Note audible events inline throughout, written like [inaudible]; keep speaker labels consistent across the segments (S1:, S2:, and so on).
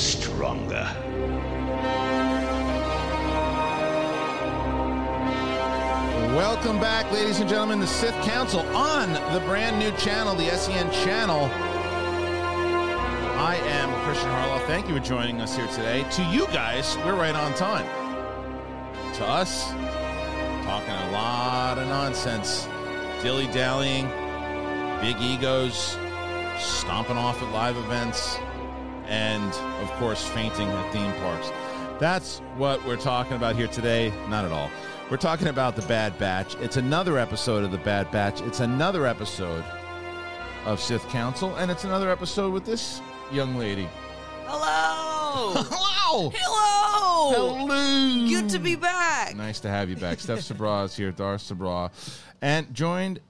S1: stronger.
S2: Welcome back, ladies and gentlemen, the Sith Council on the brand new channel, the SEN channel. I am Christian Harloff. Thank you for joining us here today. To you guys, we're right on time. To us, talking a lot of nonsense, dilly dallying, big egos, stomping off at live events, and of course, fainting at theme parks. That's what we're talking about here today. Not at all. We're talking about The Bad Batch. It's another episode of The Bad Batch. It's another episode of Sith Council, and it's another episode with this young lady.
S3: Hello.
S2: [laughs] Hello!
S3: Hello.
S2: Hello!
S3: Good to be back.
S2: Nice to have you back. Steph Sabra is here, Dar Sabra. And joined,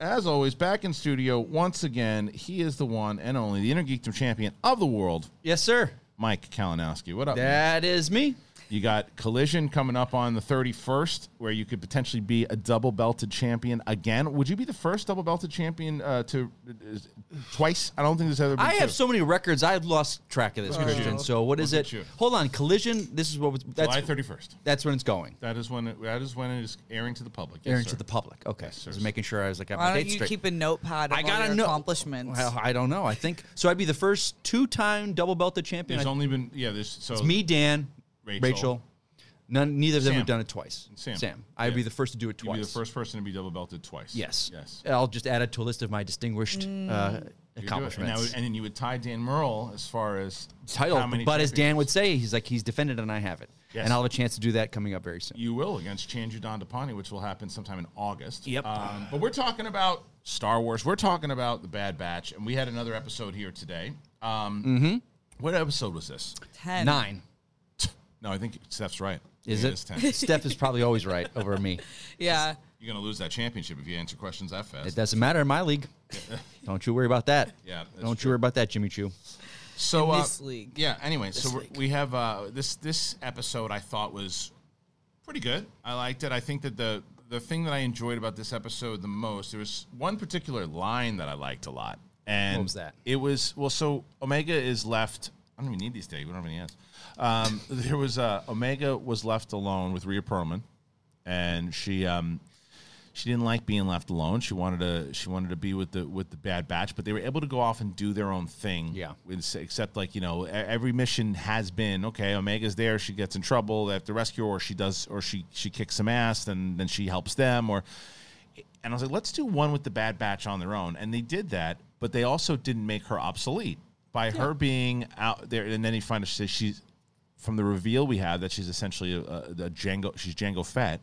S2: as always, back in studio once again. He is the one and only, the Inner Geekdom champion of the world,
S4: Yes, sir.
S2: Mike Kalinowski. What up? man?
S4: That is me.
S2: You got Collision coming up on the 31st, where you could potentially be a double belted champion again. Would you be the first double belted champion uh, to is- twice? I don't think there's ever been.
S4: I
S2: two.
S4: have so many records. I've lost track of this, Christian. So what is
S2: Look at
S4: it?
S2: you.
S4: Hold on, collision. This is what was, that's
S2: July 31st.
S4: that's when it's going.
S2: That is when it, that is when it is airing to the public. Yes,
S4: Airing
S2: sir.
S4: to the public. Okay, so just making sure I was like, got my
S3: Why don't
S4: date
S3: you
S4: straight.
S3: keep a notepad of
S4: I
S3: all
S4: gotta
S3: your
S4: know-
S3: accomplishments?
S4: Well, I don't know. I think so. I'd be the first two-time double belted champion.
S2: There's
S4: I-
S2: only been yeah. There's so
S4: it's me, Dan,
S2: Rachel.
S4: Rachel. None. Neither of them
S2: Sam.
S4: have done it twice.
S2: Sam.
S4: I'd
S2: Yeah.
S4: be the first to do it
S2: You'd
S4: twice.
S2: be the first person to be double belted twice.
S4: Yes.
S2: Yes.
S4: I'll just add it to a list of my distinguished
S3: Mm.
S2: You do
S4: uh,
S2: it. And, that
S4: accomplishments.
S2: would- and then you would tie Dan Merle as far as
S4: title.
S2: how many
S4: But as Dan
S2: champions.
S4: would say, he's like he's defended and I haven't,
S2: Yes.
S4: and I'll have a chance to do that coming up very soon.
S2: You will against Chanju Dandapani, which will happen sometime in August.
S4: Yep.
S2: Um, but we're talking about Star Wars. We're talking about the Bad Batch, and we had another episode here today. Um,
S4: Mm-hmm.
S2: What episode was this?
S3: Ten.
S4: Nine.
S2: No, I think Steph's right.
S4: Is
S2: Yeah,
S4: it?
S2: is ten.
S4: Steph is probably always right over me.
S3: Yeah.
S2: You're gonna lose that championship if you answer questions that
S4: It
S2: fast.
S4: doesn't matter in my [laughs] league. Don't you worry about that.
S2: Yeah, that's
S4: Don't
S2: true.
S4: you worry about that, Jimmy Choo.
S2: So
S3: In
S2: uh,
S3: this league.
S2: yeah. Anyway, so we're, we have uh, this this episode. I thought was pretty good. I liked it. I think that the the thing that I enjoyed about this episode the most there was one particular line that I liked a lot. And
S4: What was that?
S2: It was well. So Omega is left. I don't even need these days. We don't have any ads. Um, [laughs] there was uh, Omega was left alone with Rhea Perlman, and she um, she didn't like being left alone. She wanted to she wanted to be with the with the Bad Batch, but they were able to go off and do their own thing.
S4: Yeah.
S2: It's- except like you know, e- every mission has been okay. Omega's there, she gets in trouble. They have to rescue her, or she does, or she she kicks some ass, then then she helps them, or and I was like, let's do one with the Bad Batch on their own. And they did that, but they also didn't make her obsolete by her being out there. And then you find out she- she's from the reveal we have that she's essentially a, a, a Django. She's Django Fett.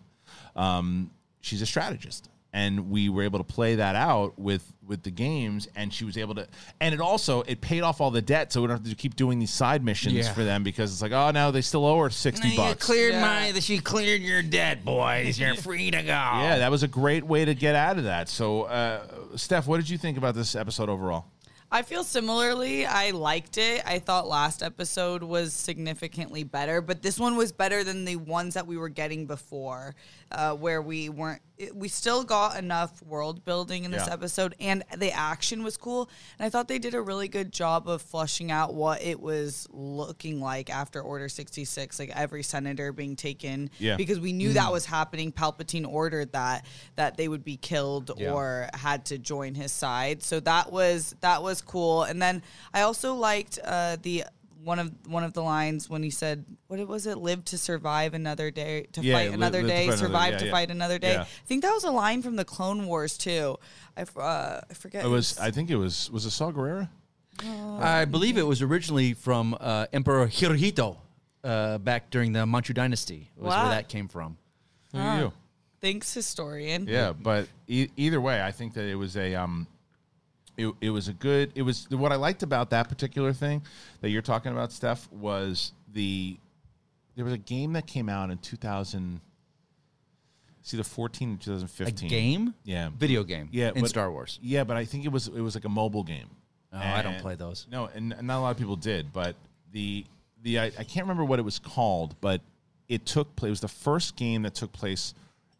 S2: Um, she's a strategist, and we were able to play that out with with the games. And she was able to, and it also it paid off all the debt, so we don't have to keep doing these side missions
S4: Yeah.
S2: for them because it's like, oh no, they still owe her sixty bucks.
S3: Yeah. my-
S4: She cleared your debt, boys. You're free to go.
S2: Yeah, that was a great way to get out of that. So, uh, Steph, what did you think about this episode overall?
S3: I feel similarly. I liked it. I thought last episode was significantly better, but this one was better than the ones that we were getting before, uh, where we weren't. it- We still got enough world building in this
S2: Yeah.
S3: episode, and the action was cool. And I thought they did a really good job of flushing out what it was looking like after Order sixty six, like every senator being taken.
S2: Yeah.
S3: because we knew
S2: Mm.
S3: that was happening. Palpatine ordered that that they would be killed
S4: Yeah.
S3: or had to join his side. So that was that was cool. And then I also liked uh, the one of one of the lines when he said, "What was it? Live to survive another day, to
S2: Yeah,
S3: fight
S2: li-
S3: another
S2: live to
S3: day,
S2: fight another-
S3: survive
S2: yeah,
S3: to
S2: yeah.
S3: fight another day."
S2: Yeah.
S3: I think that was a line from the Clone Wars too. I, f- uh, I forget.
S2: It was, I think it was, was it Saw Gerrera?
S4: I believe it was originally from uh, Emperor Hirohito uh, back during the Manchu Dynasty. Was
S3: Wow.
S4: where that came from. Ah.
S2: Who are you?
S3: thanks historian.
S2: Yeah, but e- either way, I think that it was a, um, it, it was a good, it was what I liked about that particular thing that you're talking about, Steph, was the, there was a game that came out in 2000, see the 14 and 2015.
S4: Game?
S2: Yeah.
S4: Video game.
S2: Yeah,
S4: In
S2: but-
S4: Star Wars.
S2: Yeah, but I think it was it was like a mobile game.
S4: Oh, I don't play those.
S2: No, and and not a lot of people did. But the the I, I can't remember what it was called, but it took place. It was the first game that took place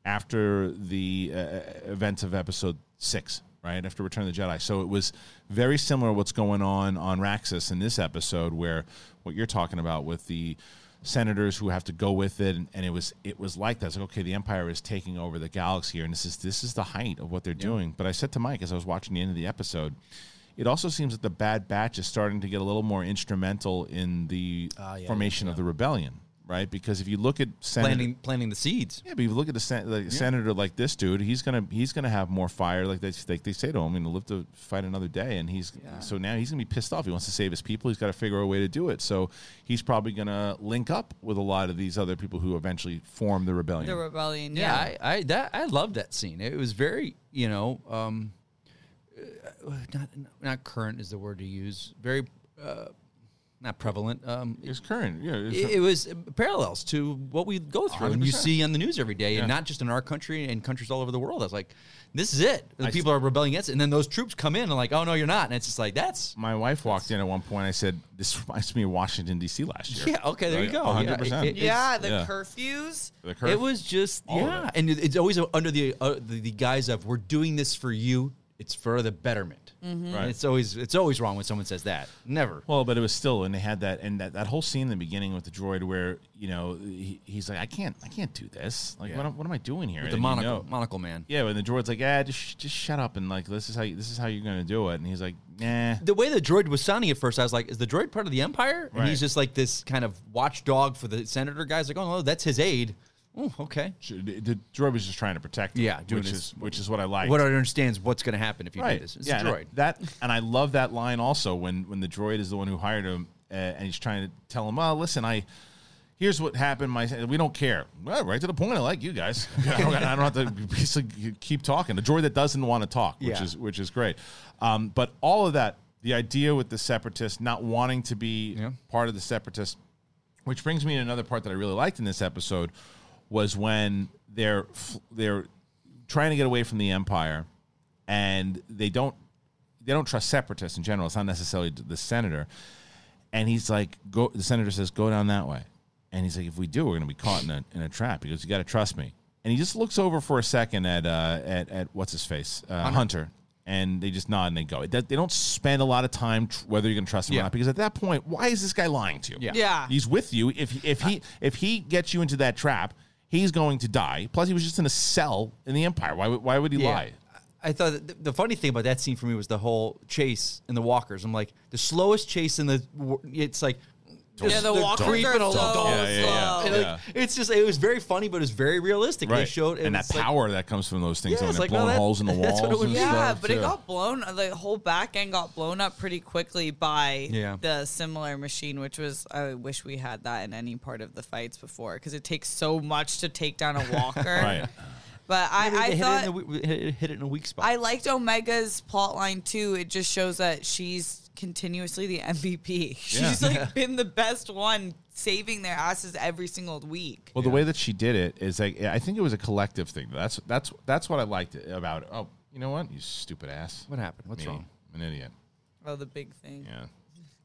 S2: after the uh, events of uh, Episode Six. right after Return of the Jedi. So it was very similar what's going on on Raxus in this episode, where what you're talking about with the senators who have to go with it, and, and it was it was like that. It's like okay, the Empire is taking over the galaxy here, and this is this is the height of what they're doing. But I said to Mike as I was watching the end of the episode. It also seems that the Bad Batch is starting to get a little more instrumental in the
S4: Ah,
S2: formation of the rebellion, right? Because if you look at Senator,
S4: planting planting the seeds.
S2: yeah, but if you look at the, sen- like, senator like this dude, he's gonna he's gonna have more fire. Like they like they say to him, "You know, live to fight another day." And he's so now he's gonna be pissed off. He wants to save his people. He's got to figure a way to do it. So he's probably gonna link up with a lot of these other people who eventually form the rebellion.
S3: The rebellion.
S4: Yeah,
S3: Yeah.
S4: I, I that I loved that scene. It was very you know, um, uh, not not current is the word to use. Very uh, not prevalent. Um,
S2: it's current. Yeah, it's-
S4: it, it was uh, parallels to what we go through and you
S2: 100%.
S4: see on the news every day,
S2: Yeah.
S4: and not just in our country and countries all over the world. I was like, this is it. The
S2: I-
S4: people are rebelling against it, and then those troops come in and like, oh no, you're not, and it's just like that's
S2: my wife walked in at one point. I said, "This reminds me of Washington D.C. last year."
S4: yeah. Okay, there you
S2: Like,
S4: go.
S2: 100%.
S4: Yeah, it- it-
S3: Yeah, the
S2: yeah.
S3: curfews.
S2: The curve.
S4: It was just
S2: All of
S4: yeah,
S2: it.
S4: and it- it's always under the, uh, the the guise of we're doing this for you. It's for the betterment. And
S2: Right.
S4: It's always it's always wrong when someone says that. Never.
S2: Well, but it was still, and they had that, and that, that whole scene in the beginning with the droid, where you know he, he's like, "I can't, I can't do this. Like, what, am, what am I doing here?"
S4: the
S2: And you
S4: monocle,
S2: know-
S4: monocle man.
S2: yeah. When the droid's like, "Yeah, just, sh- just shut up," and like, "This is how, you, this is how you're gonna do it," and he's like, "Nah."
S4: The way the droid was sounding at first, I was like, "Is the droid part of the Empire?" And
S2: Right.
S4: he's just like this kind of watchdog for the senator guys. Like, "Oh no, that's his aide." Oh, okay.
S2: The the droid was just trying to protect. Him,
S4: Yeah, doing
S2: which
S4: his-
S2: is which is what I like.
S4: What I understand is what's going to happen if you do this. It's
S2: yeah,
S4: a
S2: and
S4: droid.
S2: That and I love that line also when when the droid is the one who hired him uh, and he's trying to tell him, "Oh, listen, I." Here's what happened. My we don't care. Well, right to the point. I like you guys. [laughs] I don't, I don't have to basically keep talking. The droid that doesn't want to talk, which
S4: Yeah.
S2: is which is great. Um, but all of that, the idea with the separatists not wanting to be
S4: Yeah.
S2: part of the separatists, which brings me to another part that I really liked in this episode, was when they're f- they're trying to get away from the empire, and they don't they don't trust separatists in general. It's not necessarily the senator, and he's like, go. The senator says, go down that way, and he's like, if we do, we're going to be caught in a in a trap. He goes, you got to trust me, and he just looks over for a second at uh, at at what's his face uh, Hunter. And they just nod and they go. It, they don't spend a lot of time tr- whether you're going to trust him
S4: Yeah.
S2: or not because at that point, why is this guy lying to you?
S4: Yeah.
S3: Yeah.
S2: He's with you. If if he if he gets you into that trap, he's going to die. Plus, he was just in a cell in the Empire. Why would- why would he lie?
S4: I thought that th- the funny thing about that scene for me was the whole chase and the walkers. I'm like the slowest chase in the. wor- It's like
S3: Yeah, the
S4: they're
S3: walkers
S4: creeping
S3: are so
S4: along.
S2: Yeah, yeah, yeah.
S3: slow.
S4: And, like, It's just it was very funny, but it was very realistic. They showed it
S2: and
S4: was
S2: that
S4: like-
S2: power that comes from those things,
S4: Yeah,
S2: yeah,
S4: it's
S2: and
S4: like,
S2: blowing
S4: well, that-
S2: holes in the
S4: [laughs]
S2: walls.
S4: that's what it would
S2: and
S4: be.
S3: Yeah,
S2: stuff,
S3: but it
S2: too.
S3: got blown. uh, The whole back end got blown up pretty quickly by
S4: Yeah.
S3: the similar machine, which was. I wish we had that in any part of the fights before, because it takes so much to take down a walker.
S2: [laughs] right.
S3: But
S4: They
S3: I, I
S4: hit,
S3: thought
S4: it in a, we- hit it- hit it in a weak spot.
S3: I liked Omega's plot line too. It just shows that she's continuously the MVP. [laughs] She's like been the best one, saving their asses every single week.
S2: Well, the way that she did it is like I think it was a collective thing. That's that's that's what I liked about it. Oh, you know what? You stupid ass.
S4: What happened? What's
S2: Me.
S4: wrong?
S2: I'm an idiot.
S3: Oh, the big thing.
S2: Yeah,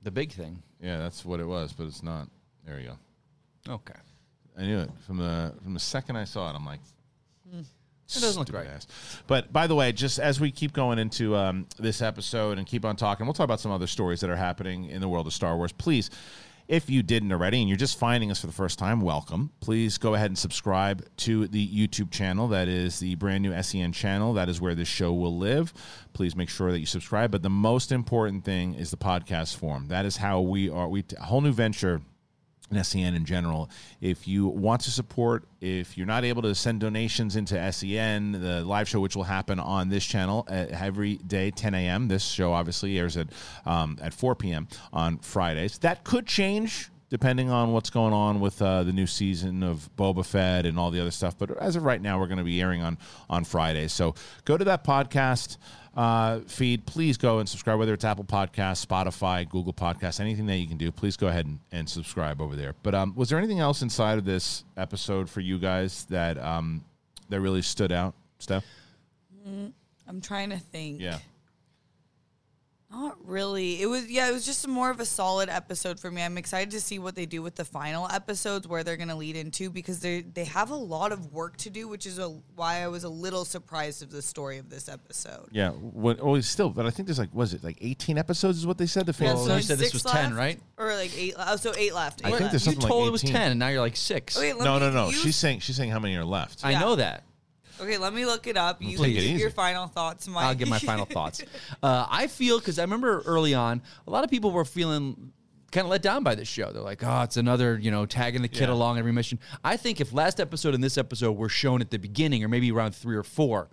S4: the big thing.
S2: yeah. That's what it was, but it's not. There you go.
S4: Okay.
S2: I knew it from the from the second I saw it. I'm like,
S4: It Hmm. doesn't look
S2: stupid
S4: right.
S2: ass. But by the way, just as we keep going into um, this episode and keep on talking, we'll talk about some other stories that are happening in the world of Star Wars. Please, if you didn't already and you're just finding us for the first time, welcome. Please go ahead and subscribe to the YouTube channel. That is the brand new SEN channel. That is where this show will live. Please make sure that you subscribe. But the most important thing is the podcast form. That is how we are. We a whole new venture and SEN in general. If you want to support, if you're not able to send donations into SEN, the live show, which will happen on this channel uh every day, 10 a.m. This show obviously airs at um, at 4 p.m. on Fridays. That could change depending on what's going on with uh, the new season of Boba Fett and all the other stuff. But as of right now, we're going to be airing on on Fridays. So go to that podcast uh, feed. Please go and subscribe, whether it's Apple Podcasts, Spotify, Google Podcasts, anything that you can do. Please go ahead and, and subscribe over there. But um, was there anything else inside of this episode for you guys that um, that really stood out, Steph?
S3: I'm trying to think.
S2: Yeah.
S3: Not really. It was yeah, it was just more of a solid episode for me. I'm excited to see what they do with the final episodes where they're going to lead into because they they have a lot of work to do, which is a, why I was a little surprised of the story of this episode.
S2: Yeah, what, oh, it's still, but I think there's like, was it like 18 episodes is what they said? The
S4: Yeah,
S2: final
S4: so you
S3: it's
S4: said this
S3: six
S4: was 10,
S3: left,
S4: right?
S3: Or like 8 oh, so 8 left. Eight
S2: think
S3: left.
S2: there's
S4: You
S2: something like
S4: told it was
S2: 18.
S4: 10, and now you're like six.
S3: Wait, let
S2: no,
S3: me-
S2: no, no.
S3: you-
S2: She's saying she's saying how many are left.
S4: I
S3: yeah.
S4: know that.
S3: Okay, let me look it up. You
S2: Take it
S3: give
S2: easy.
S3: your final thoughts, Mike.
S4: I'll give
S3: [laughs]
S4: my final thoughts. Uh, I feel because I remember early on, a lot of people were feeling kind of let down by this show. They're like, "Oh, it's another you know tagging the kid
S2: Yeah.
S4: along every mission." I think if last episode and this episode were shown at the beginning, or maybe around three or four,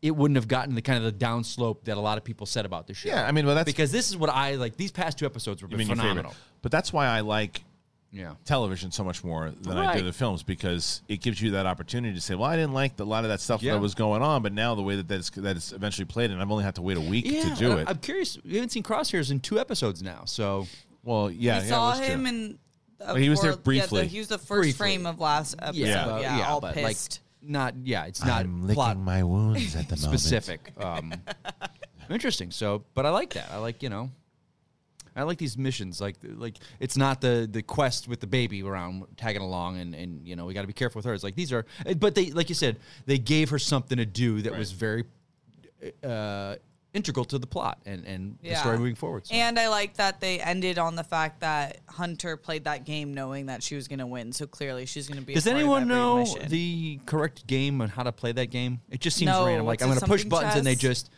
S4: it wouldn't have gotten the kind of the downslope that a lot of people said about the show.
S2: yeah, I mean, well, that's
S4: because this is what I like. These past two episodes were
S2: I mean, your favorite.
S4: phenomenal.
S2: But that's why I like
S4: Yeah.
S2: television so much more than I do
S4: Right.
S2: the films because it gives you that opportunity to say, "Well, I didn't like the, a lot of that stuff
S4: Yeah.
S2: that was going on, but now the way that that's that it's eventually played, and I've only had to wait a week
S4: Yeah,
S2: to do
S4: I-
S2: it."
S4: I'm curious. We haven't seen Crosshairs in two episodes now, so
S2: well, yeah,
S3: we
S2: yeah,
S3: saw
S2: that's true.
S3: him in. uh,
S2: he was there
S3: yeah, the-
S2: briefly.
S3: he was the first
S4: Briefly.
S3: frame of last episode.
S4: yeah,
S3: Yeah,
S4: but-
S3: all
S4: but,
S3: pissed.
S4: Like, not yeah, it's not
S2: I'm licking
S4: plot
S2: my wounds
S4: [laughs]
S2: at the moment.
S4: specific. Um, [laughs] interesting. So, but I like that. I like you know, I like these missions. Like like it's not the the quest with the baby around tagging along, and and you know we got to be careful with her. It's like these are, eh, but they like you said, they gave her something to do that was very uh, integral to the plot and and the
S3: Yeah.
S4: story moving forward. So.
S3: And I like that they ended on the fact that Hunter played that game knowing that she was going to win. So clearly she's going to be. a
S4: Does
S3: part of
S4: anyone
S3: every
S4: know
S3: mission.
S4: the correct game on how to play that game? It just seems
S3: No,
S4: random. Like
S3: it's
S4: I'm
S3: a
S4: going to push
S3: something
S4: buttons and they
S3: chess.
S4: just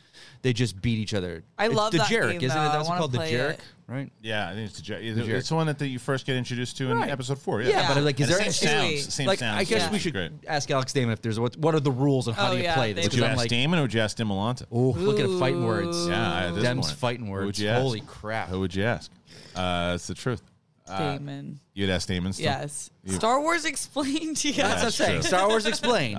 S4: they just beat each other.
S3: I
S4: It's
S3: love
S4: the
S3: that
S4: Jerk,
S3: game,
S4: isn't
S3: though.
S4: it?
S3: I
S4: That's
S3: wanna
S4: called the
S3: play
S4: Jerk,
S3: it.
S4: right?
S2: Yeah, I think it's the, Jer- it's
S4: Jerk.
S2: the one that, that you first get introduced to in
S4: Right.
S2: episode four. Yeah,
S4: Yeah, but like, is
S2: And
S4: there
S2: the same
S3: actually-
S2: sounds? the Same
S4: like
S2: sounds.
S4: I guess
S2: yeah.
S4: we should
S2: Great.
S4: ask Alex Damon if there's what what are the rules and how
S3: Oh,
S4: do you
S3: yeah,
S4: play this?
S3: they-
S2: Would you
S4: Because I'm
S2: ask
S4: like,
S2: Damon or would you ask Dimolanta?
S4: oh, look at the fighting words.
S2: Yeah, at this
S4: Dem's
S2: point.
S4: fighting
S2: Who
S4: words.
S2: would you ask?
S4: Holy crap.
S2: Who would you ask? Uh, it's the truth. Uh,
S3: Damon?
S2: You'd ask Damon. Still?
S3: yes. Star Wars explained. [laughs]
S4: That's
S3: Yes.
S4: what I'm
S2: That's
S4: saying.
S2: true.
S4: Star Wars explained.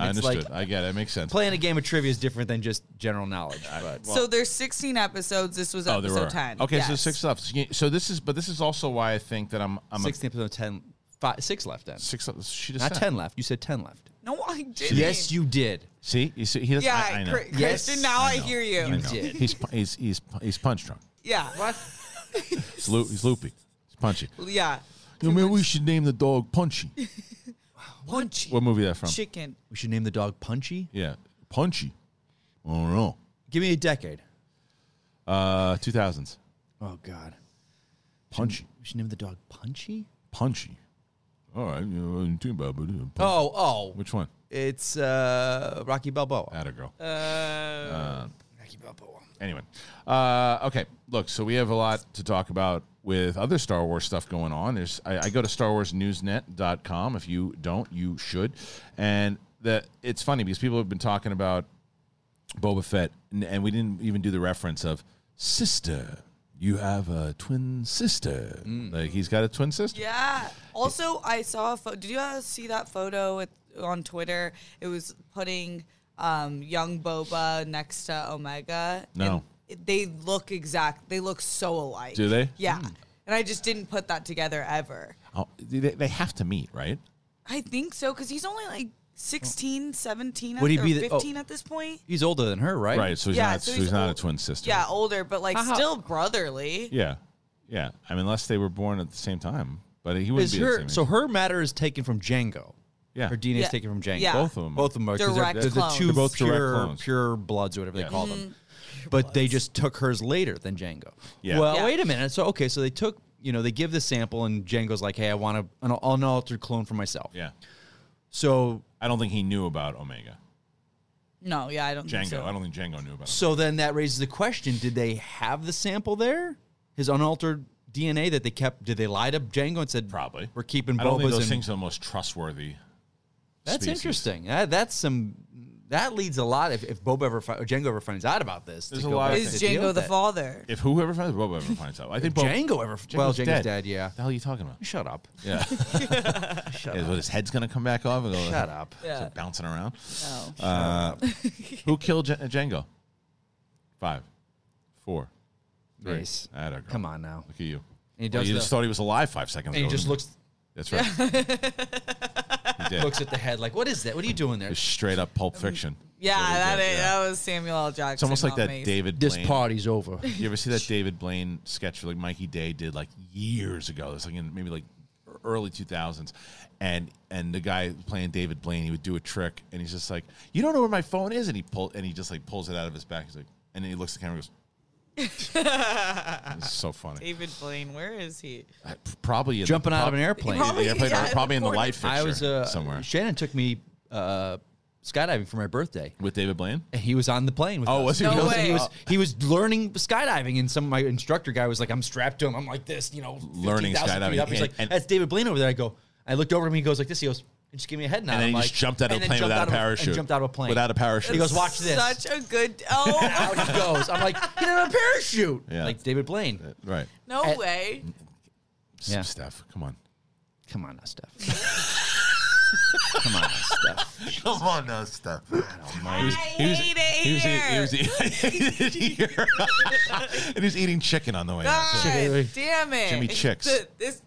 S2: [laughs] I
S4: it's
S2: understood.
S4: like
S2: I get it. It makes sense.
S4: playing a game of trivia is different than just general knowledge. But
S3: so there's 16 episodes. This was
S2: Oh, there
S3: episode
S2: were
S3: 10.
S2: Okay, so
S3: Yes.
S2: six left. So you- So this is, but this is also why I think that I'm, I'm a,
S4: sixteen episode ten, five, six left then.
S2: six. left. She just
S4: Not
S2: said.
S4: ten left. You said ten left.
S3: No, I didn't.
S4: Yes, you did.
S2: See, you see, he doesn't.
S3: Yeah,
S2: I, I know.
S3: Cri-
S4: Yes,
S3: Kristen. Now I,
S2: know.
S3: hear you.
S2: I know.
S4: did.
S2: He's pu- he's he's pu- he's punch drunk.
S3: Yeah. What?
S2: He's, loo- he's loopy. He's punchy.
S3: Yeah.
S2: You know, maybe we should name the dog Punchy.
S3: Punchy
S2: What movie that from?
S3: chicken.
S4: We should name the dog Punchy.
S2: Yeah, Punchy. I don't know.
S4: Give me a decade.
S2: Uh, two thousands.
S4: Oh God.
S2: Punchy.
S4: We should name the dog Punchy.
S2: Punchy. All right, you know, wasn't too bad, but uh, pun-
S4: Oh, oh.
S2: which one?
S4: It's uh, Rocky Balboa.
S2: Atta girl.
S3: Uh,
S2: Uh,
S4: Rocky Balboa.
S2: Anyway, uh, okay. Look, so we have a lot to talk about with other Star Wars stuff going on. There's, I, I go to StarWarsNewsNet.com. If you don't, you should. And the it's funny because people have been talking about Boba Fett, and, and we didn't even do the reference of sister. You have a twin sister. Like he's got a twin sister.
S3: Yeah. Also, I saw a photo. Did you guys see that photo at, on Twitter? It was putting um, young Boba next to Omega.
S2: No.
S3: And it- they look exact. They look so alike.
S2: Do they? Hmm.
S3: Yeah. And I just didn't put that together ever.
S2: Oh, they, they have to meet, right?
S3: I think so because he's only like 16, 17,
S4: Would he
S3: or
S4: be the- oh.
S3: 15 at this point.
S4: He's older than her, right?
S2: Right. So he's not. so he's, not a
S3: old-
S2: twin sister.
S3: Yeah, older, but like
S4: How-
S3: still brotherly.
S2: Yeah. Yeah. I mean, unless they were born at the same time, but he wouldn't
S4: Is
S2: be the same
S4: her
S2: age.
S4: so her matter is taken from Django.
S2: Yeah.
S4: Her DNA
S3: Yeah.
S4: is taken from Django.
S3: Yeah.
S2: Both of them.
S4: Both of them are 'cause
S3: Direct
S4: they're, they're the
S3: clones.
S4: two
S2: They're both direct
S4: pure
S2: clones.
S4: pure bloods, or whatever
S2: Yeah.
S4: they call them. But they just took hers later than Django.
S2: Yeah.
S4: Well,
S3: Mm. Yeah.
S4: wait a minute. So okay, so they took you know they give the sample and Django's like, hey, I want a, an unaltered clone for myself.
S2: Yeah.
S4: So
S2: I don't think he knew about Omega.
S3: No, yeah, I don't think
S2: Django.
S3: so.
S2: I don't think Django knew about him.
S4: So then that raises the question: Did they have the sample there? His unaltered DNA that they kept? Did they lie to Django and said
S2: Probably.
S4: we're keeping
S2: I don't think
S4: Boba's?
S2: those
S4: and-
S2: things are the most trustworthy.
S4: that's
S2: species.
S4: interesting. That, that's some. That leads a lot. If, if Boba ever fi- or Django ever finds out about this,
S2: There's a lot of-
S3: Is Django the father?
S2: If whoever finds Boba ever finds out, I think Boba,
S4: Django ever? well, Django's dead. yeah.
S2: What the hell are you talking about?
S4: Shut up.
S2: Yeah.
S4: Shut
S2: Is
S4: up.
S2: what his head's gonna come back off? And go, [laughs]
S4: Shut up.
S2: it's
S3: Yeah.
S2: bouncing around.
S3: No.
S2: Uh, who killed J- Django? Five, four, three.
S4: Nice.
S2: Atta girl.
S4: Come on now.
S2: Look at you.
S4: And he
S2: Well,
S4: does
S2: you
S4: the-
S2: just thought he was alive five seconds
S4: And he
S2: ago.
S4: just
S2: didn't
S4: looks
S2: That's right. he did.
S4: [laughs] looks at the head like, "What is that? What are you doing there?"
S2: It's straight up Pulp Fiction.
S3: Yeah,
S2: Really
S3: that
S2: good,
S3: is,
S2: yeah.
S3: that was Samuel L. Jackson.
S2: It's almost like
S3: not
S2: that
S3: me.
S2: David
S1: This
S2: Blaine.
S1: party's
S4: [laughs]
S1: over.
S2: You ever see that David Blaine sketch like Mikey Day did like years ago? It's like in maybe like early 2000s. And and the guy playing David Blaine, he would do a trick and he's just like, "You don't know where my phone is." And he pull and he just like pulls it out of his back. He's like and then he looks at the camera and goes It's so funny.
S3: David Blaine, where is he?
S2: Probably in
S4: Jumping
S2: the,
S4: out of an
S2: prob-
S4: airplane.
S3: Probably-
S2: the airplane,
S3: Yeah,
S2: or probably in the
S3: of
S2: light
S3: course.
S2: fixture
S4: [laughs] I was uh,
S2: somewhere
S4: Shannon took me uh, skydiving for my birthday.
S2: with David Blaine.
S4: And he was on the plane with
S2: Oh,
S4: us.
S2: was he Oh.
S3: No really?
S4: He was,
S3: way.
S4: he was learning skydiving, and some my instructor guy was like, "I'm strapped to him. I'm like this, you know,
S2: Learning
S4: 15,000 feet
S2: skydiving.
S4: Up. He's
S2: And-
S4: like,
S2: and-
S4: "That's David Blaine over there." I go, I looked over at him. He goes like this. He goes, and just give me a head nod.
S2: And then
S4: I'm
S2: he
S4: like,
S2: just jumped out of
S4: and
S2: a
S4: then
S2: plane
S4: jumped
S2: without a
S4: out of and
S2: parachute.
S4: jumped out of a plane
S2: Without a parachute.
S4: He goes, "Watch this."
S3: Such a good. Oh
S2: [laughs]
S4: Out he goes. I'm like, he didn't have a parachute.
S2: Yeah.
S4: Like David Blaine.
S2: Right.
S3: no
S4: Uh,
S3: way!
S2: Some
S4: Yeah.
S2: stuff. Come on.
S4: Come on, now, Steph. [laughs] Come on, now, Steph.
S2: [laughs] Come on, no stuff.
S3: I hate it
S2: He was, eat- he
S3: here.
S2: was, eat- [laughs] he was
S4: [laughs]
S2: eating- and he was eating chicken on the way.
S4: Ah!
S2: out.
S3: God
S4: Chicken-
S3: damn it,
S2: Jimmy Chicks.
S3: The- this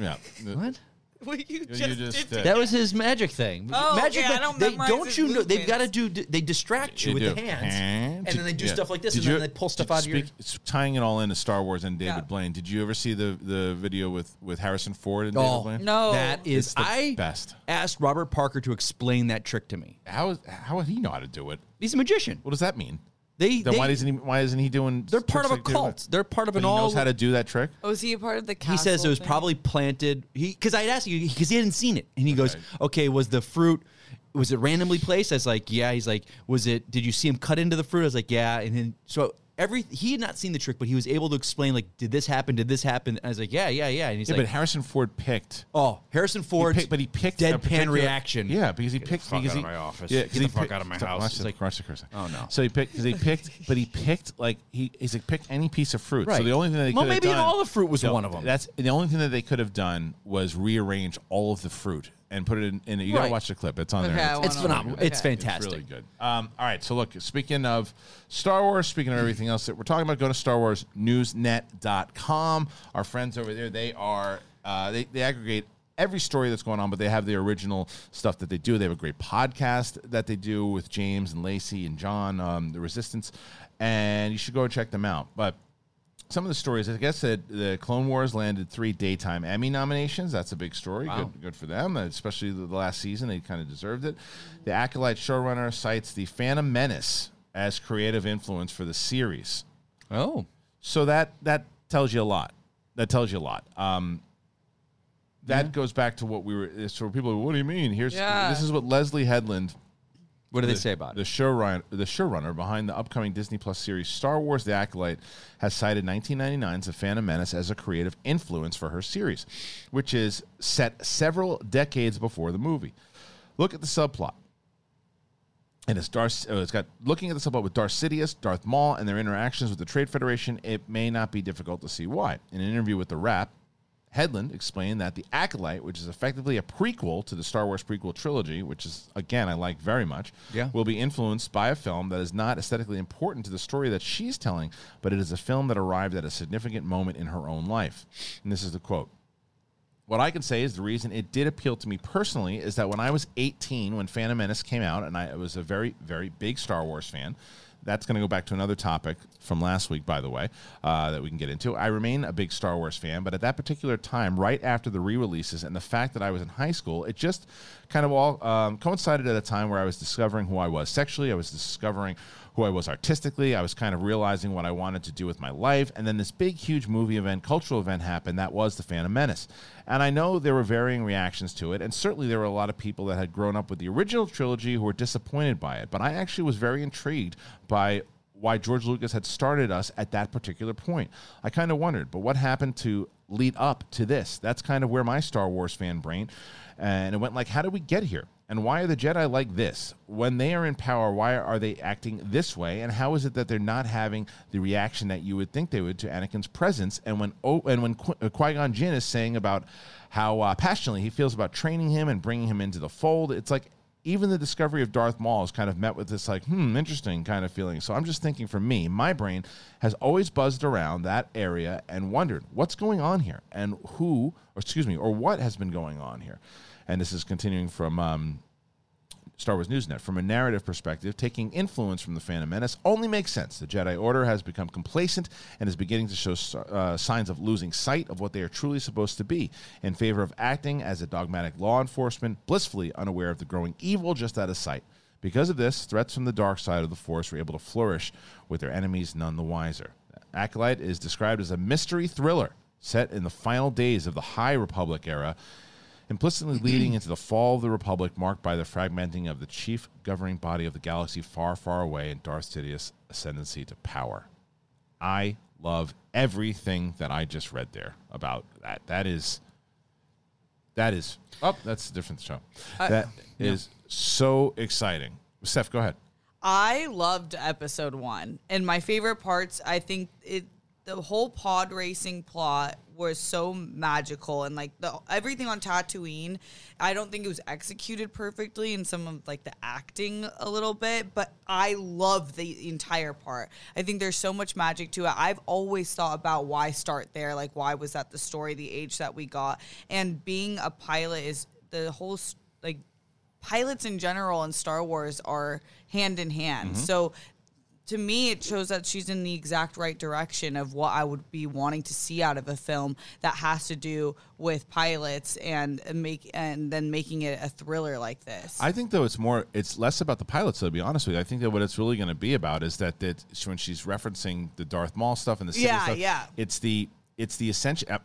S2: Yeah.
S4: What?
S3: what you just,
S2: just,
S3: did. to
S2: uh,
S3: me.
S4: That was his magic thing.
S3: Oh,
S4: magic
S3: okay, I
S4: man-
S3: don't
S4: they,
S3: memorize
S4: don't
S3: his
S4: you know? They've
S3: movements.
S4: got to do. They distract you
S2: They
S4: with
S2: do.
S4: the hands, and
S2: Did-
S4: then they do
S2: yeah.
S4: stuff like this,
S2: Did
S4: and then
S2: you-
S4: they pull stuff
S2: did-
S4: out of your.
S2: speak- s- Tying it all into Star Wars and David
S3: Yeah.
S2: Blaine. Did you ever see the, the video with, with Harrison Ford and David
S4: Oh
S2: Blaine?
S3: No.
S4: that
S2: It's
S4: is
S2: the
S4: I
S2: best.
S4: asked Robert Parker to explain that trick to me.
S2: How is how would he know how to do it?
S4: He's a magician.
S2: What does that mean?
S4: They,
S2: Then
S4: they
S2: why isn't he why isn't he doing?
S4: they're part
S2: tricks
S4: of a
S2: like David Blaine?
S4: cult. They're part of
S2: But
S4: an
S2: he
S4: all.
S2: knows how to do that trick.
S3: Oh, is he a part of the castle?
S4: he says it was
S3: thing?
S4: probably planted. He because I had asked you because he hadn't seen it, and he goes, "Okay, was the fruit?" Was it randomly placed? I was like, yeah. He's like, was it? Did you see him cut into the fruit? I was like, yeah. And then so every he had not seen the trick, but he was able to explain like, did this happen? Did this happen? I was like, yeah, yeah, yeah. And he's
S2: Yeah,
S4: like,
S2: but Harrison Ford picked.
S4: oh, Harrison Ford,
S2: picked- but he picked a
S4: deadpan
S2: particular-
S4: reaction.
S2: Yeah, because he picked
S4: fuck
S2: because
S4: out of
S2: he-
S4: my office.
S2: Yeah,
S4: Get
S2: 'cause
S4: the
S2: he
S4: fuck
S2: picked-
S4: out of my
S2: stop,
S4: house.
S2: watch
S4: It's
S2: the-
S4: like-
S2: watch the cursor.
S4: Oh, no.
S2: So he picked because he picked, but he picked like he he's like picked any piece of fruit. So
S4: Right.
S2: the only thing that they
S4: Well,
S2: could have
S4: maybe
S2: done-
S4: all the fruit was
S2: No,
S4: one of 'em.
S2: That's the only thing that they could have done was rearrange all of the fruit and put it in. in you gotta
S4: Right.
S2: watch the clip. It's on
S3: Okay, I
S2: there.
S3: will.
S4: It's
S3: Oh, no.
S4: phenomenal.
S3: Okay.
S4: It's
S3: It's really
S4: fantastic.
S2: It's really good. Um, all right. So, look, speaking of Star Wars, speaking of everything else that we're talking about, go to starwarsnewsnet.com. Our friends over there, they are, uh, they, they aggregate every story that's going on, but they have the original stuff that they do. They have a great podcast that they do with James and Lacey and John, um, The Resistance, and you should go check them out. But some of the stories, I guess that the Clone Wars landed three daytime Emmy nominations. That's a big story. Good, good for them, especially the, the last season. They kind of deserved it. The Acolyte showrunner cites the Phantom Menace as creative influence for the series.
S4: Oh,
S2: So that that tells you a lot. That tells you a lot. Um, that goes back to what we were. So people, are, what do you mean? Here's
S3: Yeah.
S2: this is what Leslie Headland
S4: what do they say about
S2: the
S4: it?
S2: showrunner, the showrunner behind the upcoming Disney Plus series Star Wars: The Acolyte, has cited 1999's *The Phantom Menace* as a creative influence for her series, which is set several decades before the movie. Look at the subplot. And it's Darth. Uh, it's got looking at the subplot with Darth Sidious, Darth Maul, and their interactions with the Trade Federation. It may not be difficult to see why. In an interview with the Rap, Headland explained that the Acolyte, which is effectively a prequel to the Star Wars prequel trilogy, which is again I like very much,
S4: Yeah.
S2: will be influenced by a film that is not aesthetically important to the story that she's telling, but it is a film that arrived at a significant moment in her own life. And this is the quote. What I can say is the reason it did appeal to me personally is that when I was 18, when Phantom Menace came out, and I was a very, very big Star Wars fan, that's going to go back to another topic from last week, by the way, uh, that we can get into. I remain a big Star Wars fan, but at that particular time, right after the re releases and the fact that I was in high school, it just kind of all um, coincided at a time where I was discovering who I was sexually, I was discovering who I was artistically. I was kind of realizing what I wanted to do with my life. And then this big, huge movie event, cultural event happened that was The Phantom Menace. And I know there were varying reactions to it. And certainly there were a lot of people that had grown up with the original trilogy who were disappointed by it. But I actually was very intrigued by why George Lucas had started us at that particular point. I kind of wondered, but what happened to lead up to this? That's kind of where my Star Wars fan brain and it went like, how did we get here? And why are the Jedi like this? When they are in power, why are they acting this way? And how is it that they're not having the reaction that you would think they would to Anakin's presence? And when oh, and when Qui- uh, Qui-Gon Jinn is saying about how uh, passionately he feels about training him and bringing him into the fold, it's like even the discovery of Darth Maul is kind of met with this like, hmm, interesting kind of feeling. So I'm just thinking for me, my brain has always buzzed around that area and wondered what's going on here and who, or excuse me, or what has been going on here. And this is continuing from um, Star Wars Newsnet. From a narrative perspective, taking influence from The Phantom Menace only makes sense. The Jedi Order has become complacent and is beginning to show s- uh, signs of losing sight of what they are truly supposed to be in favor of acting as a dogmatic law enforcement, blissfully unaware of the growing evil just out of sight. Because of this, threats from the dark side of the Force were able to flourish with their enemies none the wiser. Acolyte is described as a mystery thriller set in the final days of the High Republic era implicitly leading into the fall of the Republic, marked by the fragmenting of the chief governing body of the galaxy far, far away and Darth Sidious' ascendancy to power. I love everything that I just read there about that. That is, that is, oh, that's a different show. That is so exciting. Steph, go ahead.
S3: I loved episode one, and my favorite parts. I think it the whole pod racing plot was so magical, and like the everything on Tatooine. I don't think it was executed perfectly, in some of like the acting a little bit, but I love the entire part. I think there's so much magic to it. I've always thought about why start there, like why was that the story, the age that we got, and being a pilot is the whole s- like pilots in general and Star Wars are hand in hand.
S2: Mm-hmm.
S3: So to me, it shows that she's in the exact right direction of what I would be wanting to see out of a film that has to do with pilots and make and then making it a thriller like this.
S2: I think though it's more, it's less about the pilots. Though, to be honest with you, I think that what it's really going to be about is that that sh- when she's referencing the Darth Maul stuff and the Sidious
S3: Yeah,
S2: stuff,
S3: yeah.
S2: it's the it's the essential. uh,